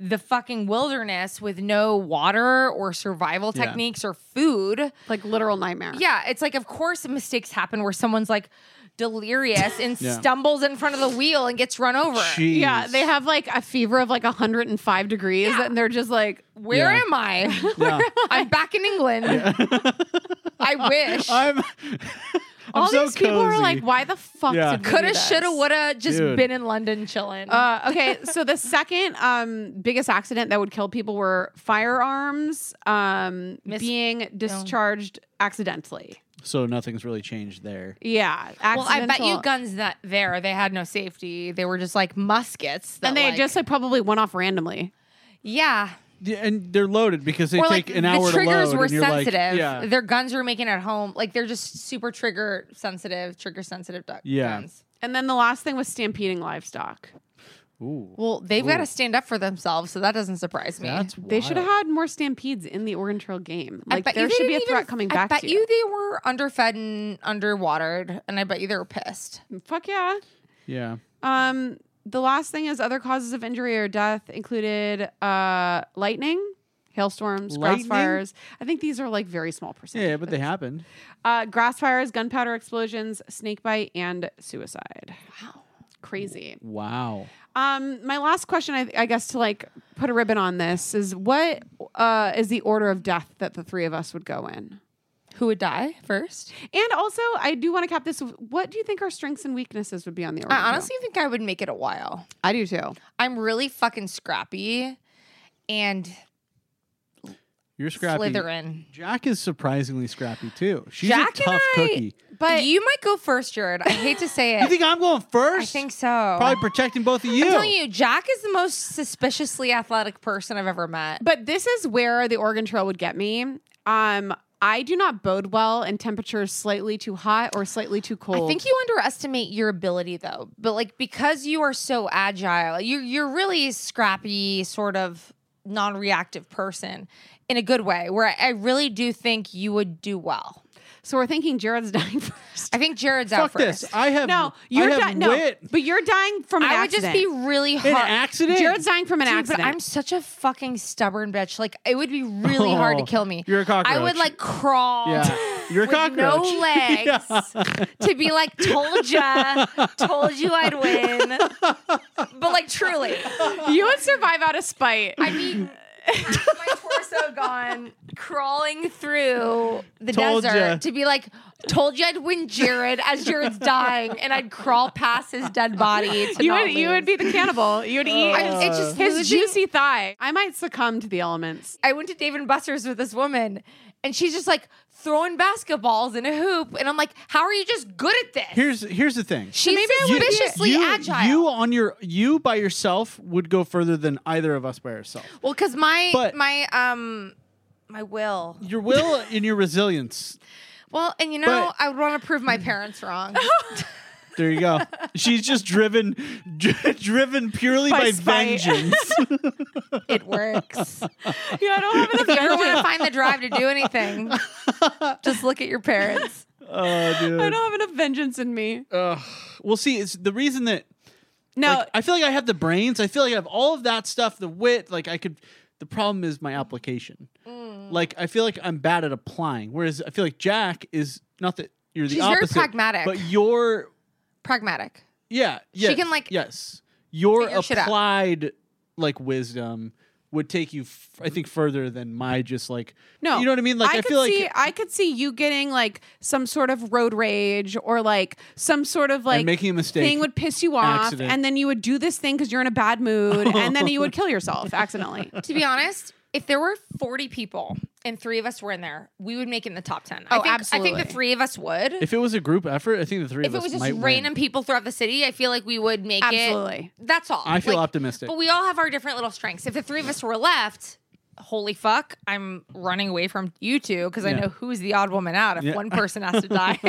S3: the fucking wilderness with no water or survival
S2: Yeah.
S3: techniques or food
S1: like literal nightmare.
S3: yeah, it's like of course mistakes happen where someone's like delirious and
S2: Yeah.
S3: stumbles in front of the wheel and gets run over.
S2: Jeez.
S1: Yeah, they have like a fever of like 105 degrees, and they're just like,
S3: Where
S2: Yeah.
S3: am I?
S2: Yeah.
S3: I'm back in England. I wish.
S2: I'm. I'm
S1: all
S2: so
S1: these people are
S2: cozy.
S1: like, why the fuck
S2: Yeah.
S1: did we
S3: Coulda,
S1: do this?
S3: shoulda, woulda, just
S2: Dude.
S3: been in London chilling.
S1: Uh, okay, so the second um, biggest accident that would kill people were firearms um,
S3: Mis-
S1: being discharged accidentally.
S2: So nothing's really changed there.
S1: Yeah,
S3: well, I bet you
S1: accidental-
S3: guns that there they had no safety. They were just like muskets. That,
S1: and they
S3: like-
S1: just like probably went off randomly.
S3: yeah.
S2: Yeah, and they're loaded because they
S3: or
S2: take
S3: like
S2: an
S3: the
S2: hour to
S3: triggers
S2: load.
S3: were
S2: and you're like-
S3: sensitive.
S2: yeah.
S3: Their guns were making at home. Like they're just super trigger sensitive, trigger sensitive du-
S2: Yeah.
S3: guns.
S1: And then the last thing was stampeding livestock.
S2: Ooh,
S3: Well, they've got to stand up for themselves, so that doesn't surprise me.
S2: that's
S1: They should have
S2: wild.
S1: had more stampedes in the Oregon Trail game.
S3: I
S1: Like
S3: bet you
S1: there
S3: they
S1: should be a
S3: didn't
S1: threat
S3: even-
S1: coming
S3: I
S1: back
S3: bet
S1: to
S3: you they were underfed and underwatered, and I bet you they were pissed.
S1: Fuck yeah.
S2: Yeah.
S1: Um, the last thing is other causes of injury or death included uh, lightning, hailstorms, grass
S2: Lightning?
S1: fires. I think these are like very small percentages.
S2: Yeah, but they happened.
S1: uh, grass fires, gunpowder explosions, snake bite, and suicide. Wow, crazy.
S2: Wow.
S1: Um, my last question, I, I guess, to like put a ribbon on this is what uh, is the order of death that the three of us would go in?
S3: Who would die first?
S1: And also, I do want to cap this. with, What do you think our strengths and weaknesses would be on the order?
S3: I honestly think I would make it a while.
S1: I do too.
S3: I'm really fucking scrappy and
S2: You're scrappy.
S3: Slytherin.
S2: Jack is surprisingly scrappy too. She's
S3: Jack
S2: a tough
S3: and I,
S2: cookie.
S3: but you might go first, Jared. I hate to say it.
S2: You think I'm going first?
S3: I think so.
S2: Probably protecting both of you.
S3: I'm telling you, Jack is the most suspiciously athletic person I've ever met.
S1: But this is where the Oregon Trail would get me. Um, I do not bode well in temperatures slightly too hot or slightly too cold.
S3: I think you underestimate your ability though. But like because you are so agile, you're you're really a scrappy, sort of non-reactive person in a good way, where I, I really do think you would do well.
S1: So we're thinking Jared's dying first.
S3: I think Jared's out
S2: Fuck
S3: first.
S2: this. I have
S1: No, you're
S2: I have
S1: dying. No,
S2: wit.
S1: but you're dying from an
S3: I would
S1: accident.
S3: just be really hard.
S2: An accident.
S1: Jared's dying from an
S3: Dude,
S1: accident.
S3: But I'm such a fucking stubborn bitch. Like it would be really hard to
S2: Oh,
S3: kill me.
S2: you're a
S3: I
S2: cockroach.
S3: would like crawl.
S2: Yeah. You're a
S3: with No
S2: cockroach.
S3: legs. To be like, told ya, told you I'd win. But like, truly,
S1: you would survive out of spite.
S3: I mean, half my torso gone, crawling through the
S2: Told
S3: desert
S2: ya.
S3: to be like, told you I'd win Jared as Jared's dying, and I'd crawl past his dead body. To
S1: you
S3: not
S1: would you would
S3: lose.
S1: be the cannibal. You would eat
S3: I- it's just
S1: his
S3: losing-
S1: juicy thigh. I might succumb to the elements.
S3: I went to Dave and Buster's with this woman, and she's just like throwing basketballs in a hoop, and I'm like, "How are you just good at this?"
S2: Here's here's the thing.
S3: she's
S1: maybe I would be-
S3: suspiciously
S2: you,
S3: agile.
S2: You on your you by yourself would go further than either of us by ourselves.
S3: well, because my
S2: But-
S3: my um my will.
S2: Your will and your resilience.
S3: Well, and you know,
S2: But-
S3: I would want to prove my parents wrong.
S2: There you go. She's just driven, dri- driven purely
S1: By
S2: by,
S1: spite.
S2: vengeance.
S3: it works.
S1: Yeah, I don't have
S3: if you ever want to find the drive to do anything, just look at your parents.
S2: oh, dude.
S1: I don't have enough vengeance in me.
S2: Well, see, it's the reason that
S1: No,
S2: like, I feel like I have the brains. I feel like I have all of that stuff, the wit. Like I could. The problem is my application.
S3: Mm.
S2: Like I feel like I'm bad at applying. Whereas I feel like Jack is not that you're the
S3: She's very
S2: opposite.
S3: pragmatic.
S2: But you're
S3: Pragmatic.
S2: yeah. Yes,
S3: can, like,
S2: yes. Your
S3: figure shit out.
S2: applied like wisdom would take you, f- I think, further than my just like
S1: No,
S2: You know what I mean? Like I,
S1: could
S2: feel
S1: see,
S2: like
S1: I could see you getting like some sort of road rage or like some sort of like
S2: making a mistake.
S1: thing would piss you off,
S2: Accident.
S1: and then you would do this thing because you're in a bad mood, and then you would kill yourself accidentally.
S3: To be honest, if there were 40 people and three of us were in there, we would make it in the top 10. I
S1: Oh,
S3: think, I think
S1: absolutely.
S3: the three of us would.
S2: if it was a group effort, I think the three
S3: if
S2: of
S3: it
S2: us
S3: was just
S2: might win.
S3: random people throughout the city, I feel like we would make
S1: Absolutely.
S3: it. That's all.
S2: I feel
S3: Like,
S2: optimistic.
S3: But we all have our different little strengths. If the three of us were left, holy fuck, I'm running away from you two because I
S2: Yeah.
S3: know who's the odd woman out if
S2: Yeah.
S3: one person has to die.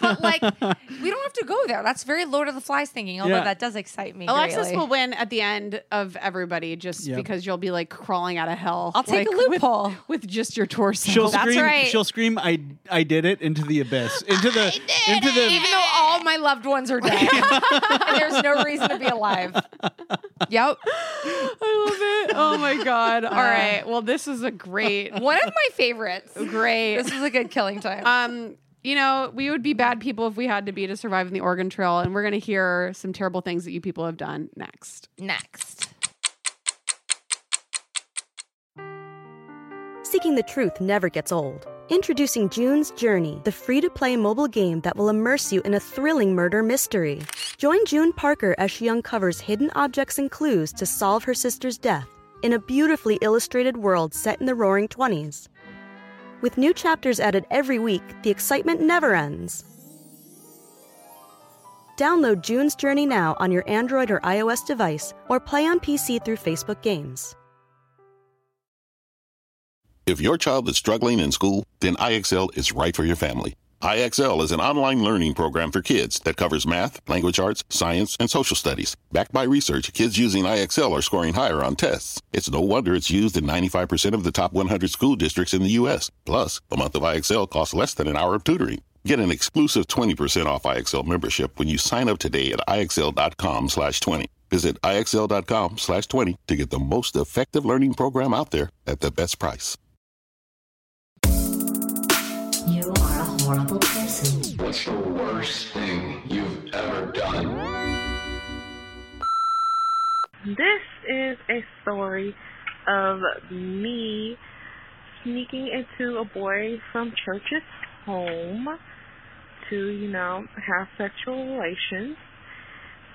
S3: but like, we don't have to go there. That's very Lord of the Flies thinking, although
S2: Yeah.
S3: that does excite me.
S1: Alexis
S3: greatly.
S1: will win at the end of everybody just
S2: Yeah.
S1: because you'll be like crawling out of hell.
S3: I'll take
S1: like,
S3: a
S1: with-
S3: loophole.
S1: with, just your torso.
S2: She'll
S3: That's
S2: scream.
S3: right.
S2: She'll scream. I I did it into the abyss. Into the into the.
S3: even though all my loved ones are dead, and there's no reason to be alive. Yep.
S1: I love it. Oh my god! All right. Well, this is a great,
S3: One of my favorites.
S1: great.
S3: This is a good killing time.
S1: Um, you know, we would be bad people if we had to be to survive in the Oregon Trail, and we're going to hear some terrible things that you people have done next.
S3: Next.
S9: Seeking the truth never gets old. Introducing June's Journey, the free to play mobile game that will immerse you in a thrilling murder mystery. Join June Parker as she uncovers hidden objects and clues to solve her sister's death in a beautifully illustrated world set in the roaring 20s. With new chapters added every week, the excitement never ends. Download June's Journey now on your Android or iOS device or play on PC through Facebook Games.
S10: If your child is struggling in school, then IXL is right for your family. IXL is an online learning program for kids that covers math, language arts, science, and social studies. Backed by research, kids using IXL are scoring higher on tests. It's no wonder it's used in 95% of the top 100 school districts in the U.S. Plus, a month of IXL costs less than an hour of tutoring. Get an exclusive 20% off IXL membership when you sign up today at IXL.com slash 20. Visit IXL.com slash 20 to get the most effective learning program out there at the best price.
S11: You are a horrible person.
S4: What's the worst thing you've ever done?
S11: This is a story of me sneaking into a boy from church's home to, you know, have sexual relations.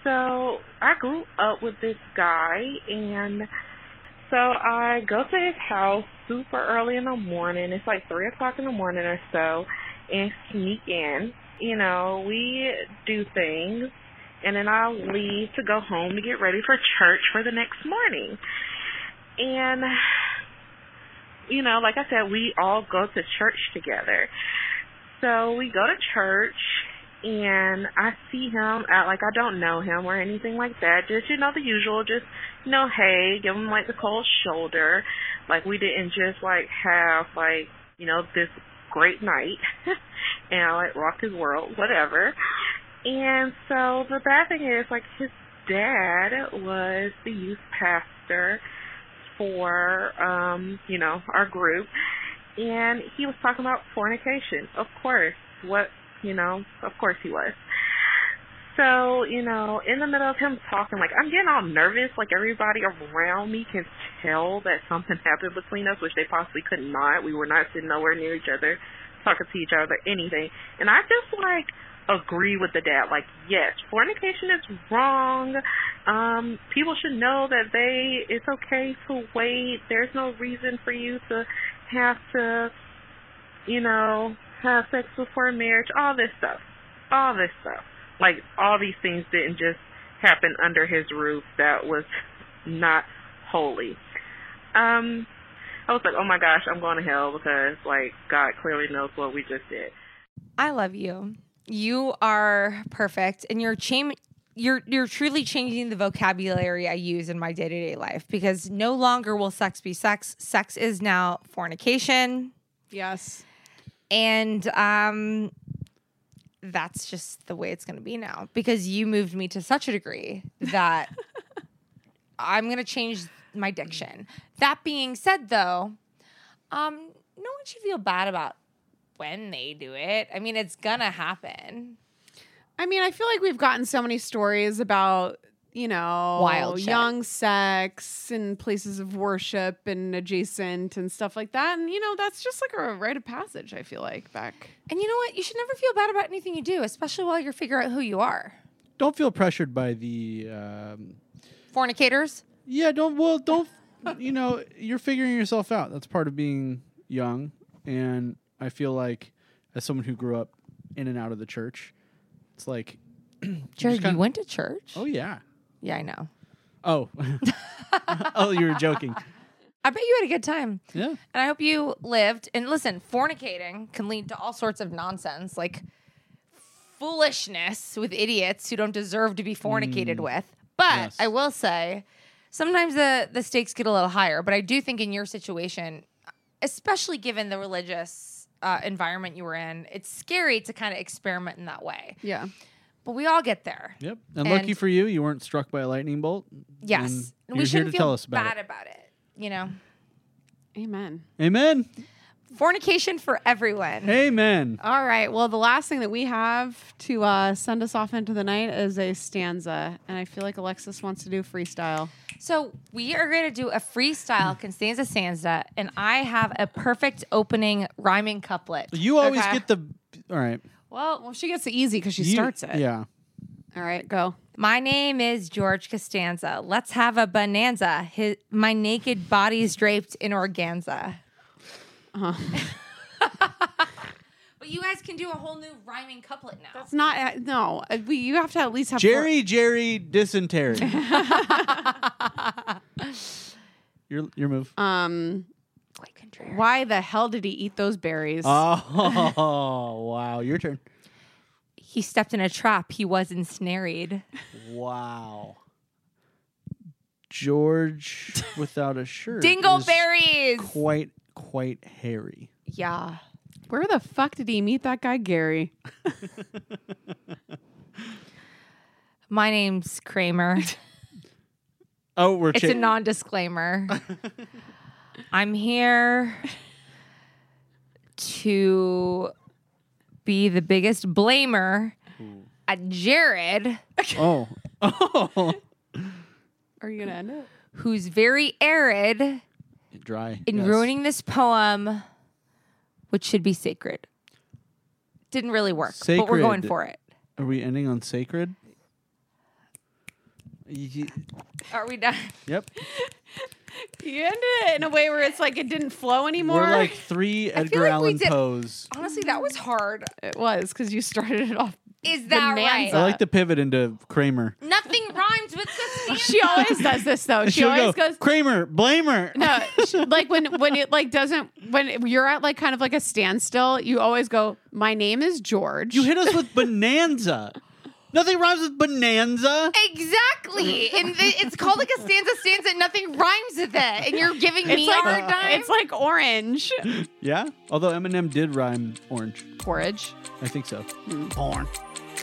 S11: So I grew up with this guy and so I go to his house super early in the morning. It's like three o'clock in the morning or so and sneak in. You know, we do things and then I'll leave to go home to get ready for church for the next morning. And you know, like I said, we all go to church together. So we go to church and I see him out like I don't know him or anything like that. Just you know the usual, just you know, hey, give him like the cold shoulder. Like we didn't just like have like, you know, this great night, and I like rocked his world, whatever. And so the bad thing is, like, his dad was the youth pastor for, um, you know, our group, and he was talking about fornication. Of course, what, you know, of course he was. So, you know, in the middle of him talking, like, I'm getting all nervous. Like, everybody around me can tell that something happened between us, which they possibly could not. We were not sitting nowhere near each other, talking to each other, anything. And I just, like, agree with the dad. Like, yes, fornication is wrong. Um, people should know that they it's okay to wait. There's no reason for you to have to, you know, have sex before marriage. All this stuff. All this stuff. Like all these things didn't just happen under his roof. That was not holy. Um, I was like, oh my gosh, I'm going to hell because like God clearly knows what we just did.
S3: I love you. You are perfect, and you're cham- you're you're truly changing the vocabulary I use in my day to day life because no longer will sex be sex. Sex is now fornication,
S1: Yes.
S3: and um, that's just the way it's going to be now because you moved me to such a degree that I'm going to change my diction. That being said, though, um, no one should feel bad about when they do it. I mean, it's gonna happen.
S1: I mean, I feel like we've gotten so many stories about, you know,
S3: Wild shit.
S1: young sex and places of worship and adjacent and stuff like that. And, you know, that's just like a rite of passage, I feel like, back.
S3: And you know what? You should never feel bad about anything you do, especially while you're figuring out who you are.
S2: Don't feel pressured by the. Um,
S3: Fornicators.
S2: yeah, don't. Well, don't. you know, you're figuring yourself out. That's part of being young. And I feel like, as someone who grew up in and out of the church, it's like. you just
S3: Jared,
S2: kinda-
S3: you went to church?
S2: Oh yeah.
S3: Yeah, I know.
S2: Oh. oh, you were joking.
S3: I bet you had a good time.
S2: Yeah.
S3: And I hope you lived. And listen, fornicating can lead to all sorts of nonsense, like foolishness with idiots who don't deserve to be fornicated
S2: Mm.
S3: with. But I will say, sometimes the the stakes get a little higher. But I do think in your situation, especially given the religious uh, environment you were in, it's scary to kind of experiment in that way.
S1: Yeah.
S3: But we all get there.
S2: Yep. And, lucky
S3: And-
S2: for you, you weren't struck by a lightning bolt.
S3: Yes.
S2: And you're
S3: we
S2: here
S3: shouldn't
S2: to
S3: feel
S2: tell us about
S3: bad
S2: it.
S3: about it. You know,
S1: Amen.
S2: Amen.
S3: fornication for everyone.
S2: Amen.
S1: All right. Well, the last thing that we have to uh, send us off into the night is a stanza. And I feel like Alexis wants to do freestyle.
S3: So we are going to do a freestyle Constanza Sanza, and I have a perfect opening rhyming couplet.
S2: You always
S3: Okay.
S2: get the. All right.
S3: well.
S1: Well, she gets it easy because she
S2: You-
S1: starts it.
S2: Yeah.
S1: All right, go.
S3: My name is George Costanza. Let's have a bonanza. His, my naked body's draped in organza. but you guys can do a whole new rhyming couplet now.
S1: It's not, uh, no, uh, we, you have to at least have four-
S2: Jerry, Jerry, dysentery. your your move.
S1: Um, Why the hell did he eat those berries?
S2: Uh, Oh wow! Your turn.
S3: he stepped in a trap. He was ensnared.
S2: Wow. George without a shirt. is
S3: Dingleberries.
S2: Quite quite hairy.
S3: yeah.
S1: Where the fuck did he meet that guy Gary?
S3: My name's Kramer.
S2: Oh, we're
S3: it's
S2: cha-
S3: a non-disclaimer. I'm here to be the biggest blamer at Jared,
S2: Oh. Oh.
S1: Are you gonna end it?
S3: who's very arid in
S2: Dry. yes.
S3: ruining this poem, which should be sacred. Didn't really work, but we're going
S2: Sacred.
S3: for it.
S2: Are we ending on sacred? Y-
S3: Are we done?
S2: Yep.
S1: You ended it in a way where it's like it didn't flow anymore.
S2: We're like three Edgar
S3: like we
S2: Allan
S3: did-
S2: Poe's.
S3: Honestly, that was hard.
S1: it was because you started it off.
S3: Is that
S1: Bonanza.
S3: right?
S2: I like the pivot into Kramer.
S3: Nothing rhymes with Costanza.
S1: She always does this though. She
S2: She'll
S1: always
S2: go,
S1: goes.
S2: Kramer, Blamer.
S1: No, she- like when when it like doesn't when it- you're at like kind of like a standstill, you always go. My name is George.
S2: You hit us with Bonanza. Nothing rhymes with bonanza.
S3: Exactly. and the, it's called like a stanza stanza. Nothing rhymes with it. And you're giving
S1: It's
S3: me
S1: like-
S3: a hard time.
S1: it's like orange.
S2: Yeah, although Eminem did rhyme orange.
S1: Porridge.
S2: I think so. Orange.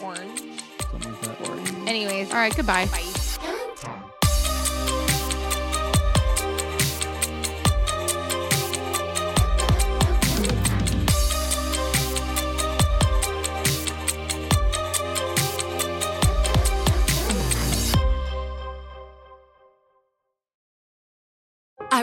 S3: Orange.
S2: Something like that.
S3: Anyways.
S1: All right, goodbye.
S7: I